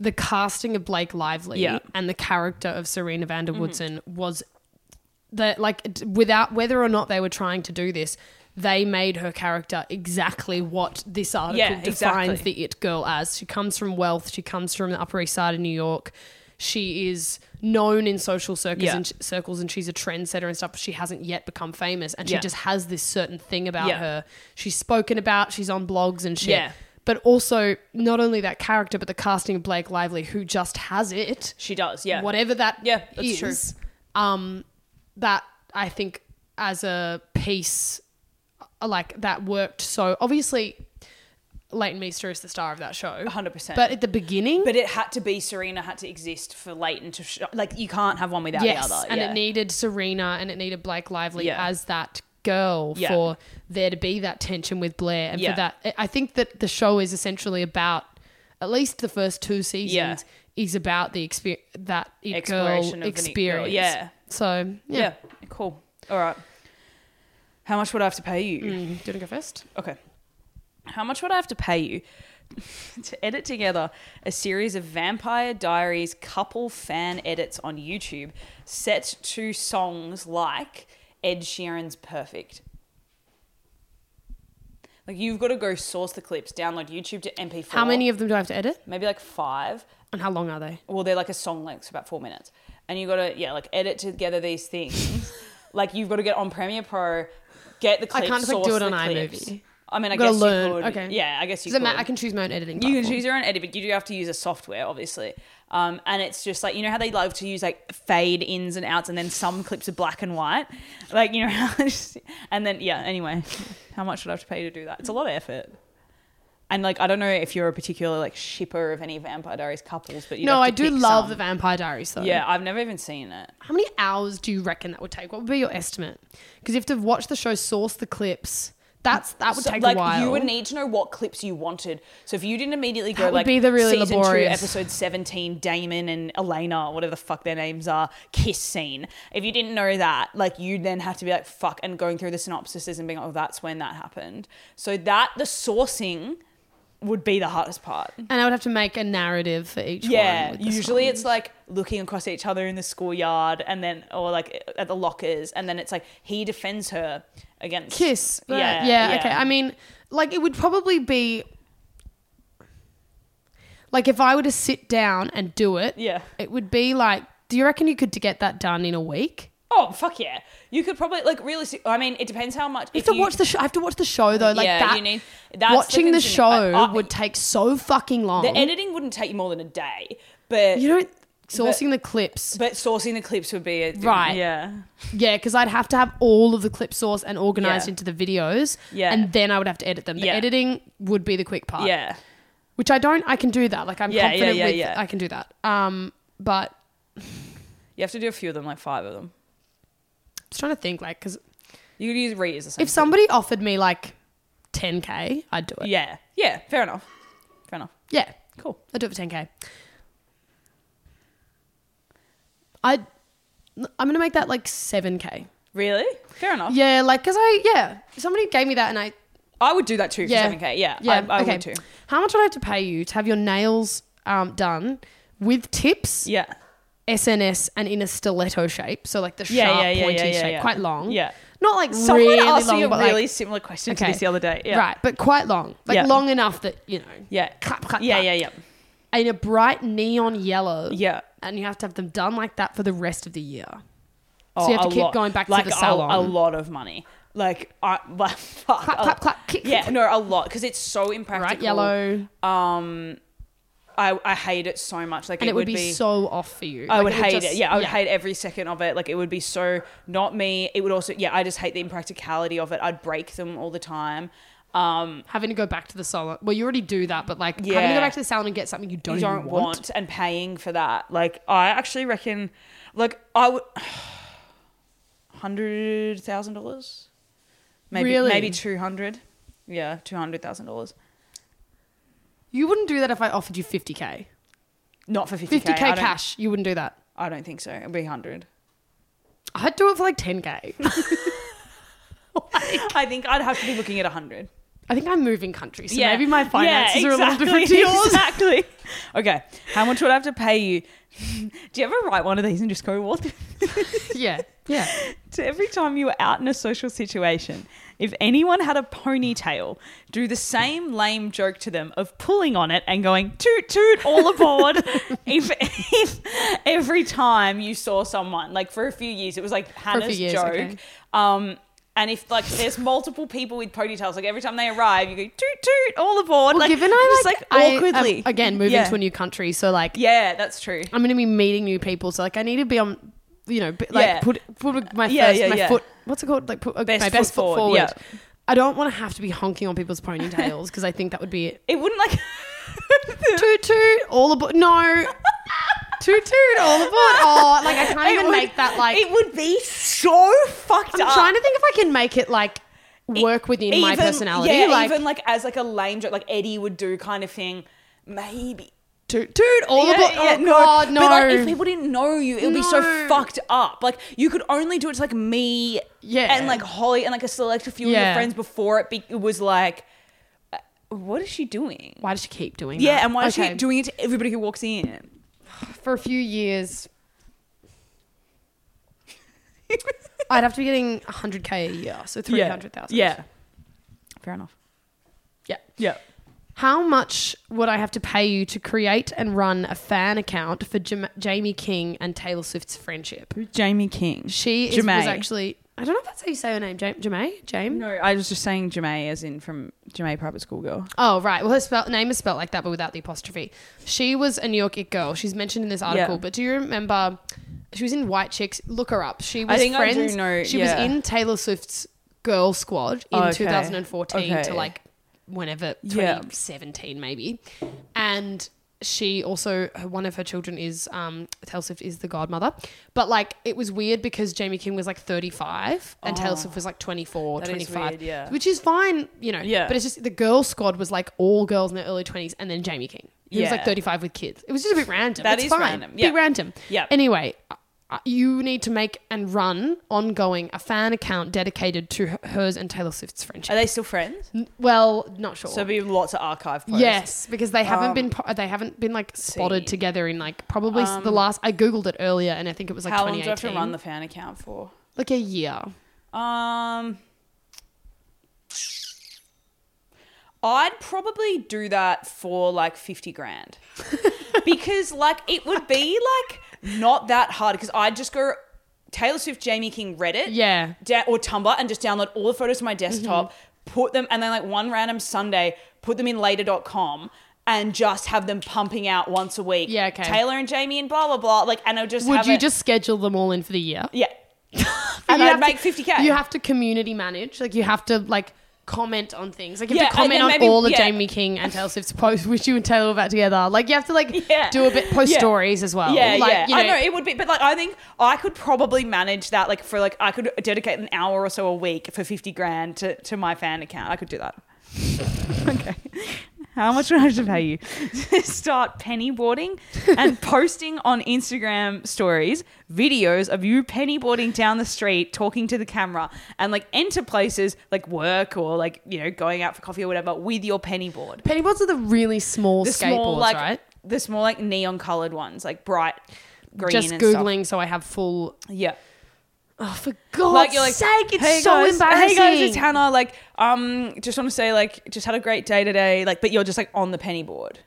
Speaker 3: the casting of Blake Lively
Speaker 2: Yeah. Mm-hmm.
Speaker 3: and the character of Serena van der Woodson was that like d- without whether or not they were trying to do this. They made her character exactly what this article
Speaker 2: Yeah,
Speaker 3: defines
Speaker 2: exactly.
Speaker 3: the it girl as. She comes from wealth. She comes from the Upper East Side of New York. She is known in social circles
Speaker 2: Yeah.
Speaker 3: and sh- circles, and she's a trendsetter and stuff. But she hasn't yet become famous, and she
Speaker 2: Yeah.
Speaker 3: just has this certain thing about
Speaker 2: Yeah.
Speaker 3: her. She's spoken about, she's on blogs and shit.
Speaker 2: Yeah.
Speaker 3: But also, not only that character, but the casting of Blake Lively, who just has it,
Speaker 2: She does, yeah.
Speaker 3: whatever that
Speaker 2: Yeah, that's
Speaker 3: is, Um, that I think as a piece, uh, like that worked so obviously. Leighton Meester is the star of that show,
Speaker 2: 100%.
Speaker 3: But at the beginning,
Speaker 2: But it had to be Serena had to exist for Leighton to sh- like you can't have one without
Speaker 3: yes,
Speaker 2: the other.
Speaker 3: and
Speaker 2: yeah.
Speaker 3: it needed Serena and it needed Blake Lively
Speaker 2: Yeah.
Speaker 3: as that girl
Speaker 2: Yeah.
Speaker 3: for there to be that tension with Blair and
Speaker 2: Yeah.
Speaker 3: for that. I- I think that the show is essentially about at least the first two seasons is about the exper- that it
Speaker 2: Exploration
Speaker 3: girl
Speaker 2: of an it girl,
Speaker 3: experience.
Speaker 2: yeah.
Speaker 3: So yeah, Mm,
Speaker 2: yeah. cool. All right. How much would I have to pay you?
Speaker 3: Mm, do you want to go first?
Speaker 2: Okay. How much would I have to pay you to edit together a series of Vampire Diaries couple fan edits on YouTube set to songs like Ed Sheeran's Perfect? Like, you've got to go source the clips, download YouTube to MP4.
Speaker 3: How many of them do I have to edit,
Speaker 2: Maybe like five
Speaker 3: and how long are they?
Speaker 2: well they're like a song length so about four minutes and you gotta yeah like edit together these things like you've got to get on premiere pro get the
Speaker 3: I
Speaker 2: clips
Speaker 3: can't just, like,
Speaker 2: source
Speaker 3: do it
Speaker 2: the
Speaker 3: on
Speaker 2: clips.
Speaker 3: iMovie.
Speaker 2: I mean, I
Speaker 3: Gotta
Speaker 2: guess
Speaker 3: learn.
Speaker 2: you could.
Speaker 3: Okay.
Speaker 2: Yeah, I guess you
Speaker 3: So
Speaker 2: could.
Speaker 3: Matt, I can choose my own editing.
Speaker 2: you can
Speaker 3: platform.
Speaker 2: choose your own edit, but you do have to use a software, obviously. Um, and it's just like you know how they love to use like fade ins and outs, and then some clips are black and white, like you know how. and then yeah, anyway, how much would I have to pay to do that? It's a lot of effort. And like I don't know if you're a particular like shipper of any Vampire Diaries couples, but you
Speaker 3: No, I do love the
Speaker 2: the.
Speaker 3: Vampire Diaries though.
Speaker 2: Yeah, I've never even seen it.
Speaker 3: How many hours do you reckon that would take? What would be your estimate? Because you have to watch the show, source the clips. That's that would
Speaker 2: So,
Speaker 3: take
Speaker 2: like
Speaker 3: a while.
Speaker 2: you would need to know what clips you wanted. So if you didn't immediately go
Speaker 3: That would
Speaker 2: like
Speaker 3: be the really
Speaker 2: season
Speaker 3: laborious-
Speaker 2: two, episode seventeen, Damon and Elena, whatever the fuck their names are, kiss scene. If you didn't know that, like you then have to be like fuck and going through the synopsises and being like, oh, that's when that happened. So that the sourcing would be the hardest part.
Speaker 3: and I would have to make a narrative for each
Speaker 2: e- Yeah,
Speaker 3: one. with this
Speaker 2: usually
Speaker 3: one.
Speaker 2: it's like looking across each other in the schoolyard, and then or like at the lockers, and then it's like he defends her against
Speaker 3: kiss. but-
Speaker 2: Yeah,
Speaker 3: yeah,
Speaker 2: yeah.
Speaker 3: Okay. I mean, like it would probably be like if I were to sit down and do it.
Speaker 2: Yeah.
Speaker 3: It would be like. Do you reckon you could get that done in a week?
Speaker 2: Oh fuck yeah! You could probably like realistic. I mean, it depends how much.
Speaker 3: You have to watch the show. I have to watch the show though. Like
Speaker 2: Yeah,
Speaker 3: that.
Speaker 2: you need- that's the
Speaker 3: watching the,
Speaker 2: thing,
Speaker 3: show
Speaker 2: I- I-
Speaker 3: would take so fucking long.
Speaker 2: the editing wouldn't take you more than a day, but
Speaker 3: you don't sourcing the clips.
Speaker 2: but sourcing the clips would be a thing.
Speaker 3: Right.
Speaker 2: Yeah,
Speaker 3: Yeah, because I'd have to have all of the clip source and organized
Speaker 2: Yeah.
Speaker 3: into the videos.
Speaker 2: Yeah.
Speaker 3: And then I would have to edit them. The
Speaker 2: Yeah.
Speaker 3: editing would be the quick part.
Speaker 2: yeah.
Speaker 3: Which I don't I can do that. Like I'm
Speaker 2: Yeah, yeah,
Speaker 3: confident
Speaker 2: yeah,
Speaker 3: with
Speaker 2: yeah.
Speaker 3: I can do that. Um but
Speaker 2: You have to do a few of them, like five of them.
Speaker 3: just trying to think like because
Speaker 2: You could use reuse the same.
Speaker 3: if somebody offered me like 10k, I'd do it. Yeah.
Speaker 2: yeah, yeah, fair enough, fair enough. Cool.
Speaker 3: I'd do it for 10k. I I'm going to make that like 7k.
Speaker 2: Really, fair enough.
Speaker 3: Yeah, like cuz I yeah, somebody gave me that and I
Speaker 2: I would do that too for
Speaker 3: Yeah.
Speaker 2: seven k. Yeah, I, I would too.
Speaker 3: How much would I have to pay you to have your nails um, done with tips,
Speaker 2: Yeah,
Speaker 3: SNS, and in a stiletto shape? So like the sharp,
Speaker 2: yeah, yeah, yeah,
Speaker 3: pointy
Speaker 2: yeah, yeah,
Speaker 3: shape,
Speaker 2: yeah.
Speaker 3: quite long.
Speaker 2: Yeah.
Speaker 3: Not like
Speaker 2: Someone
Speaker 3: really
Speaker 2: asked
Speaker 3: long,
Speaker 2: me a
Speaker 3: but
Speaker 2: really
Speaker 3: like,
Speaker 2: similar question to
Speaker 3: Okay.
Speaker 2: this the other day. Yeah.
Speaker 3: right, but quite long, like
Speaker 2: Yeah.
Speaker 3: long enough that you know,
Speaker 2: Yeah.
Speaker 3: clap, clap,
Speaker 2: Yeah,
Speaker 3: clap.
Speaker 2: yeah, yeah,
Speaker 3: in a bright neon yellow.
Speaker 2: yeah.
Speaker 3: and you have to have them done like that for the rest of the year.
Speaker 2: Oh,
Speaker 3: So you have
Speaker 2: a
Speaker 3: to keep
Speaker 2: lot.
Speaker 3: going back to
Speaker 2: like,
Speaker 3: the
Speaker 2: a-
Speaker 3: salon.
Speaker 2: A, lot of money. Like, I, like fuck.
Speaker 3: Clap,
Speaker 2: a-
Speaker 3: clap, clap, kick,
Speaker 2: Yeah,
Speaker 3: kick.
Speaker 2: no, a lot because it's so impractical.
Speaker 3: Bright yellow,
Speaker 2: Um, I I hate it so much. Like,
Speaker 3: and it would be, so off for you.
Speaker 2: I
Speaker 3: Like,
Speaker 2: would hate
Speaker 3: just-
Speaker 2: it. Yeah, I would hate every second of it. Like it would be so not me. It would also yeah. I just hate the impracticality of it. I'd break them all the time. Um,
Speaker 3: having to go back to the salon. Well, you already do that, but like having to
Speaker 2: Yeah.
Speaker 3: go back to the salon and get something you don't,
Speaker 2: you
Speaker 3: even
Speaker 2: don't want. and paying for that. Like I actually reckon, like I would hundred thousand dollars, maybe
Speaker 3: Really?
Speaker 2: maybe two hundred. Yeah, two hundred thousand dollars.
Speaker 3: You wouldn't do that if I offered you 50k.
Speaker 2: Not for fifty
Speaker 3: 50k
Speaker 2: k
Speaker 3: cash. You wouldn't do that.
Speaker 2: I don't think so. It'd be hundred.
Speaker 3: I'd do it for like 10k.
Speaker 2: I think I'd have to be looking at hundred.
Speaker 3: I think I'm moving country, so
Speaker 2: Yeah.
Speaker 3: maybe my
Speaker 2: Yeah,
Speaker 3: finances are a little different
Speaker 2: exactly,
Speaker 3: to yours.
Speaker 2: Exactly. Okay. How much would I have to pay you? Do you ever write one of these and just go, what?
Speaker 3: yeah, yeah.
Speaker 2: to every time you were out in a social situation, if anyone had a ponytail, do the same lame joke to them of pulling on it and going, toot, toot, all aboard. if, if every time you saw someone, like for a few years, it was like Hannah's
Speaker 3: years,
Speaker 2: joke.
Speaker 3: okay.
Speaker 2: Um, and if like there's multiple people with ponytails, like every time they arrive, you go toot toot all aboard.
Speaker 3: Well,
Speaker 2: like
Speaker 3: given I
Speaker 2: just,
Speaker 3: like, I
Speaker 2: awkwardly
Speaker 3: am, again moving
Speaker 2: yeah.
Speaker 3: to a new country, so like
Speaker 2: Yeah, that's true.
Speaker 3: I'm going to be meeting new people, so like I need to be on, you know, b- like
Speaker 2: Yeah.
Speaker 3: put put my
Speaker 2: Yeah,
Speaker 3: first
Speaker 2: yeah,
Speaker 3: my
Speaker 2: yeah.
Speaker 3: foot. What's it called? Like put uh,
Speaker 2: Best
Speaker 3: my
Speaker 2: foot
Speaker 3: best foot forward.
Speaker 2: forward, yeah.
Speaker 3: I don't want to have to be honking on people's ponytails because I think that would be it.
Speaker 2: It wouldn't like
Speaker 3: toot toot all aboard. No, toot toot all aboard. Oh, like I can't
Speaker 2: It
Speaker 3: even
Speaker 2: would-
Speaker 3: make that like.
Speaker 2: it would be so fucked
Speaker 3: I'm
Speaker 2: up.
Speaker 3: trying to think if I can make it like work within my personality.
Speaker 2: E- Yeah,
Speaker 3: like
Speaker 2: even like as like a lame joke, like Eddie would do kind of thing. Maybe.
Speaker 3: toot toot all
Speaker 2: Yeah,
Speaker 3: aboard.
Speaker 2: yeah,
Speaker 3: oh god, no.
Speaker 2: But like, if people didn't know you, it would be so
Speaker 3: No.
Speaker 2: fucked up. Like you could only do it to like me,
Speaker 3: Yeah.
Speaker 2: and like Holly, and like a select few of your
Speaker 3: Yeah.
Speaker 2: friends before it, be- it was like, uh, what is she doing?
Speaker 3: why does she keep doing that?
Speaker 2: Yeah, and why is she
Speaker 3: Okay,
Speaker 2: doing it to everybody who walks in?
Speaker 3: for a few years? I'd have to be getting 100k a year, so 300,000.
Speaker 2: Yeah. Fair enough.
Speaker 3: yeah.
Speaker 2: Yeah.
Speaker 3: How much would I have to pay you to create and run a fan account for Jam- Jamie King and Taylor Swift's friendship?
Speaker 2: Jamie King.
Speaker 3: She is, was
Speaker 2: Jamae.
Speaker 3: actually. I don't know if that's how you say her name. Jam- Jamae? Jame?
Speaker 2: No, I was just saying Jamae as in from Jamaica private school girl.
Speaker 3: Oh, right. Well, her spell, name is spelled like that, but without the apostrophe. She was a New York it girl. She's mentioned in this article. But do you remember? She was in White Chicks. Look her up. She was
Speaker 2: think I do
Speaker 3: friends.
Speaker 2: know,
Speaker 3: she
Speaker 2: yeah.
Speaker 3: was in Taylor Swift's Girl Squad in
Speaker 2: Oh, okay.
Speaker 3: 2014
Speaker 2: Okay.
Speaker 3: to like whenever
Speaker 2: Yeah.
Speaker 3: 2017 maybe, and she also her- one of her children is um Taylor Swift is the godmother. But like it was weird because Jamie King was like 35 and Taylor Swift was like 24,
Speaker 2: Oh. That is
Speaker 3: 25,
Speaker 2: weird, yeah.
Speaker 3: which is fine, you know.
Speaker 2: Yeah.
Speaker 3: But it's just the girl squad was like all girls in their early 20s and then Jamie King. He was like
Speaker 2: Yeah.
Speaker 3: 35 with kids. It was just a bit random.
Speaker 2: That
Speaker 3: That is
Speaker 2: is
Speaker 3: fine.
Speaker 2: random, yeah.
Speaker 3: Be random.
Speaker 2: Yeah.
Speaker 3: Anyway, uh, uh, you need to make and run ongoing a fan account dedicated to her- hers and Taylor Swift's
Speaker 2: Are
Speaker 3: friendship.
Speaker 2: they still friends?
Speaker 3: N- well, not sure.
Speaker 2: So there'll be lots of archive posts.
Speaker 3: Yes, because they haven't been po- they haven't been like spotted
Speaker 2: see. Um,
Speaker 3: together in like probably s the last I googled it earlier and I think it was like
Speaker 2: How long
Speaker 3: 2018.
Speaker 2: do I have to run the fan account for?
Speaker 3: like a year?
Speaker 2: Um, I'd probably do that for like 50 grand. because like it would be like not that hard because I'd just go Taylor Swift, Jamie King, Reddit,
Speaker 3: Yeah. Mm-hmm.
Speaker 2: da- or Tumblr, and just download all the photos to my desktop, put them, and then like one random Sunday, put them in later.com. And just have them pumping out once a week.
Speaker 3: Yeah, okay.
Speaker 2: Taylor and Jamie and blah blah blah. Like, and I just
Speaker 3: Would
Speaker 2: have
Speaker 3: you
Speaker 2: it-
Speaker 3: just schedule them all in for the year?
Speaker 2: yeah, and
Speaker 3: you
Speaker 2: I'd
Speaker 3: have to-
Speaker 2: make fifty k.
Speaker 3: You have to community manage. Like you have to like comment on things. Like you
Speaker 2: Yeah,
Speaker 3: have
Speaker 2: and
Speaker 3: to comment
Speaker 2: then
Speaker 3: on
Speaker 2: maybe-
Speaker 3: all of
Speaker 2: yeah.
Speaker 3: Jamie King and Taylor Swift's posts, which you and Taylor were about together. Like you have to like
Speaker 2: Yeah.
Speaker 3: do a bit post
Speaker 2: Yeah.
Speaker 3: stories as well.
Speaker 2: Yeah,
Speaker 3: like,
Speaker 2: yeah.
Speaker 3: You know,
Speaker 2: I know it would be, but like I think I could probably manage that. Like for like I could dedicate an hour or so a week for fifty grand to, to my fan account. I could do that. okay. How much would I have to pay you to start penny boarding and posting on Instagram stories videos of you penny boarding down the street, talking to the camera, and like enter places like work or like you know going out for coffee or whatever with your penny board?
Speaker 3: penny boards are the really small
Speaker 2: The
Speaker 3: skateboards,
Speaker 2: small like
Speaker 3: right?
Speaker 2: the small like neon colored ones, like bright green.
Speaker 3: Just
Speaker 2: and stuff.
Speaker 3: googling, so I have full.
Speaker 2: Yeah.
Speaker 3: Oh, for God's
Speaker 2: Like you're like,
Speaker 3: sake, it's
Speaker 2: "Hey
Speaker 3: so
Speaker 2: guys-
Speaker 3: embarrassing.
Speaker 2: Hey guys, it's Hannah. Like, um, just want to say, like, just had a great day today. Like, but you're just like on the penny board.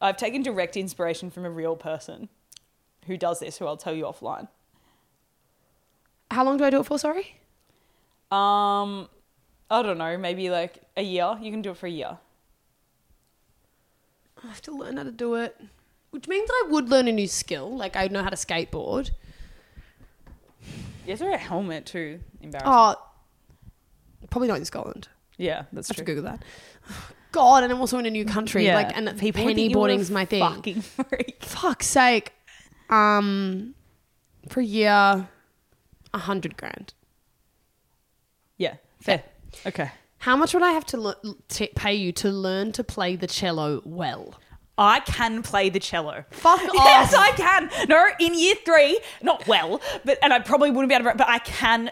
Speaker 2: I've taken direct inspiration from a real person who does this, who I'll tell you offline.
Speaker 3: How long do I do it for? Sorry.
Speaker 2: Um, I don't know, maybe like a year. You can do it for a year.
Speaker 3: I have to learn how to do it, which means I would learn a new skill. Like I know how to skateboard.
Speaker 2: You have to wear a helmet too. Embarrassing.
Speaker 3: Oh, probably not in Scotland.
Speaker 2: yeah, that's
Speaker 3: I have to
Speaker 2: true.
Speaker 3: Google that. God, and I'm also in a new country.
Speaker 2: Yeah.
Speaker 3: Like, and
Speaker 2: People would
Speaker 3: penny
Speaker 2: think you were a
Speaker 3: boarding's my thing.
Speaker 2: Fucking freak.
Speaker 3: Fuck's sake. Um, per year, a hundred grand.
Speaker 2: Yeah, fair. Okay.
Speaker 3: How much would I have to le- t- pay you to learn to play the cello well?
Speaker 2: I can play the cello.
Speaker 3: Fuck
Speaker 2: Yes,
Speaker 3: off.
Speaker 2: I can. No, in year three, not well, but and I probably wouldn't be able to, but I can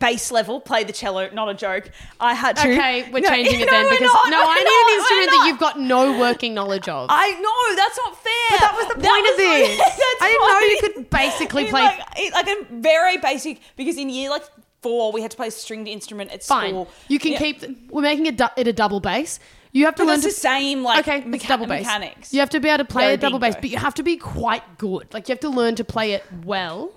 Speaker 2: base level play the cello. Not a joke. I had to.
Speaker 3: Okay, we're
Speaker 2: No,
Speaker 3: changing it
Speaker 2: no,
Speaker 3: then
Speaker 2: we're
Speaker 3: because
Speaker 2: not.
Speaker 3: no,
Speaker 2: We're
Speaker 3: I need
Speaker 2: not.
Speaker 3: an instrument
Speaker 2: We're
Speaker 3: that
Speaker 2: not.
Speaker 3: you've got no working knowledge of.
Speaker 2: I know that's not fair. But
Speaker 3: that was the point of this.
Speaker 2: that's
Speaker 3: I didn't
Speaker 2: why-
Speaker 3: know you could basically
Speaker 2: In,
Speaker 3: play-
Speaker 2: like, it- like a very basic because in year like four we had to play a stringed instrument at
Speaker 3: Fine,
Speaker 2: school.
Speaker 3: you can
Speaker 2: Yeah.
Speaker 3: keep. We're making it, du- it a double bass. You have to
Speaker 2: But
Speaker 3: learn
Speaker 2: that's
Speaker 3: to
Speaker 2: the same like
Speaker 3: okay, it's
Speaker 2: mecha-
Speaker 3: double bass.
Speaker 2: mechanics.
Speaker 3: You have to be able to play
Speaker 2: Very
Speaker 3: a double
Speaker 2: bingo.
Speaker 3: bass, but you have to be quite good. Like you have to learn to play it well,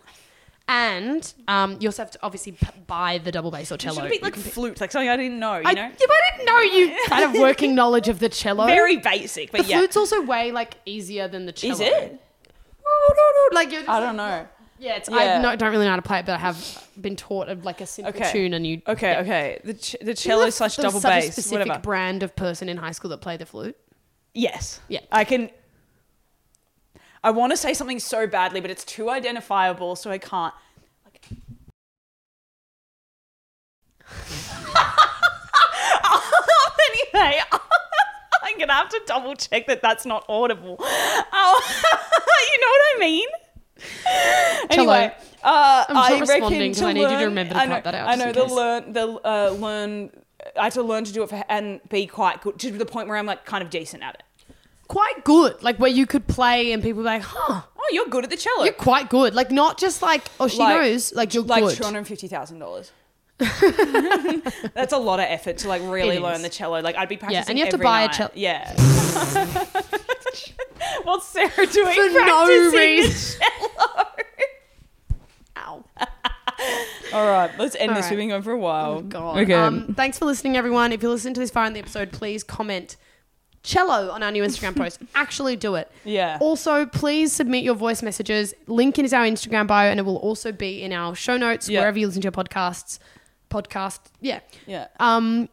Speaker 3: and um, you also have to obviously p- buy the double bass or
Speaker 2: It
Speaker 3: cello.
Speaker 2: should be like flute, like something I didn't know. You
Speaker 3: I,
Speaker 2: know,
Speaker 3: yeah, but I didn't know you kind of working knowledge of the cello.
Speaker 2: very basic. But
Speaker 3: the
Speaker 2: yeah,
Speaker 3: flute's also way like easier than the cello.
Speaker 2: is it?
Speaker 3: Oh no no! Like you're just,
Speaker 2: I don't know.
Speaker 3: Yeah, it's,
Speaker 2: Yeah.
Speaker 3: I no, don't really know how to play it, but I have been taught of like a simple
Speaker 2: Okay.
Speaker 3: tune, and you
Speaker 2: Okay,
Speaker 3: yeah.
Speaker 2: okay. The ch- the
Speaker 3: There
Speaker 2: cello
Speaker 3: was-
Speaker 2: slash
Speaker 3: there was
Speaker 2: double
Speaker 3: such a
Speaker 2: bass,
Speaker 3: specific
Speaker 2: whatever.
Speaker 3: brand of person in high school that played the flute.
Speaker 2: yes.
Speaker 3: Yeah.
Speaker 2: I can. I want to say something so badly, but it's too identifiable, so I can't. Like- anyway, I'm gonna have to double check that that's not audible. Oh, you know what I mean?
Speaker 3: Cello.
Speaker 2: Anyway, uh,
Speaker 3: I'm just
Speaker 2: I reckon
Speaker 3: not responding 'cause
Speaker 2: to
Speaker 3: I need you to
Speaker 2: learn-
Speaker 3: remember to
Speaker 2: I know,
Speaker 3: cut that out
Speaker 2: I
Speaker 3: just
Speaker 2: know
Speaker 3: in
Speaker 2: the
Speaker 3: case.
Speaker 2: learn the uh, learn. I had to learn to do it for, and be quite good to the point where I'm like kind of decent at it.
Speaker 3: quite good. Like where you could play and people were like, huh,
Speaker 2: Oh, you're good at the cello.
Speaker 3: you're quite good. Like not just like, oh, she
Speaker 2: Like-
Speaker 3: knows. Like you're
Speaker 2: like
Speaker 3: good.
Speaker 2: two hundred fifty thousand dollars. That's a lot of effort to like really
Speaker 3: It
Speaker 2: learn
Speaker 3: is.
Speaker 2: the cello. Like I'd be practicing.
Speaker 3: Yeah, and you have to
Speaker 2: every
Speaker 3: buy a
Speaker 2: night.
Speaker 3: cello-
Speaker 2: Yeah. What's Sarah doing?
Speaker 3: For no
Speaker 2: practicing the
Speaker 3: reason.
Speaker 2: cello?
Speaker 3: Ow.
Speaker 2: All right, let's end
Speaker 3: All
Speaker 2: this.
Speaker 3: right.
Speaker 2: We've been going for a while.
Speaker 3: Oh, God.
Speaker 2: Okay.
Speaker 3: Um, thanks for listening, everyone. If you listen to this far in the episode, please comment cello on our new Instagram post. Actually, do it.
Speaker 2: Yeah.
Speaker 3: Also, please submit your voice messages. Link is our Instagram bio, and it will also be in our show notes
Speaker 2: Yeah.
Speaker 3: wherever you listen to your podcasts. Podcast, yeah.
Speaker 2: yeah.
Speaker 3: Um,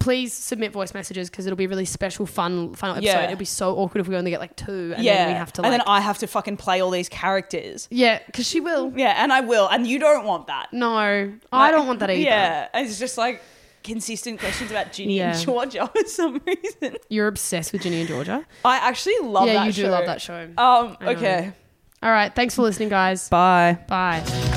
Speaker 3: please submit voice messages because it'll be a really special, fun final episode.
Speaker 2: Yeah.
Speaker 3: It'll be so awkward if we only get like two, and
Speaker 2: yeah.
Speaker 3: then we have to like,
Speaker 2: and then I have to fucking play all these characters.
Speaker 3: yeah, because she will.
Speaker 2: Yeah, and I will. And you don't want that.
Speaker 3: No, I don't want that either.
Speaker 2: Yeah. and It's just like consistent questions about Ginny and
Speaker 3: Yeah.
Speaker 2: Georgia for some reason.
Speaker 3: You're obsessed with Ginny and Georgia.
Speaker 2: I actually love
Speaker 3: yeah,
Speaker 2: that
Speaker 3: you
Speaker 2: show.
Speaker 3: do love that show.
Speaker 2: Um,
Speaker 3: I know.
Speaker 2: okay.
Speaker 3: All right, thanks for listening, guys.
Speaker 2: Bye.
Speaker 3: Bye.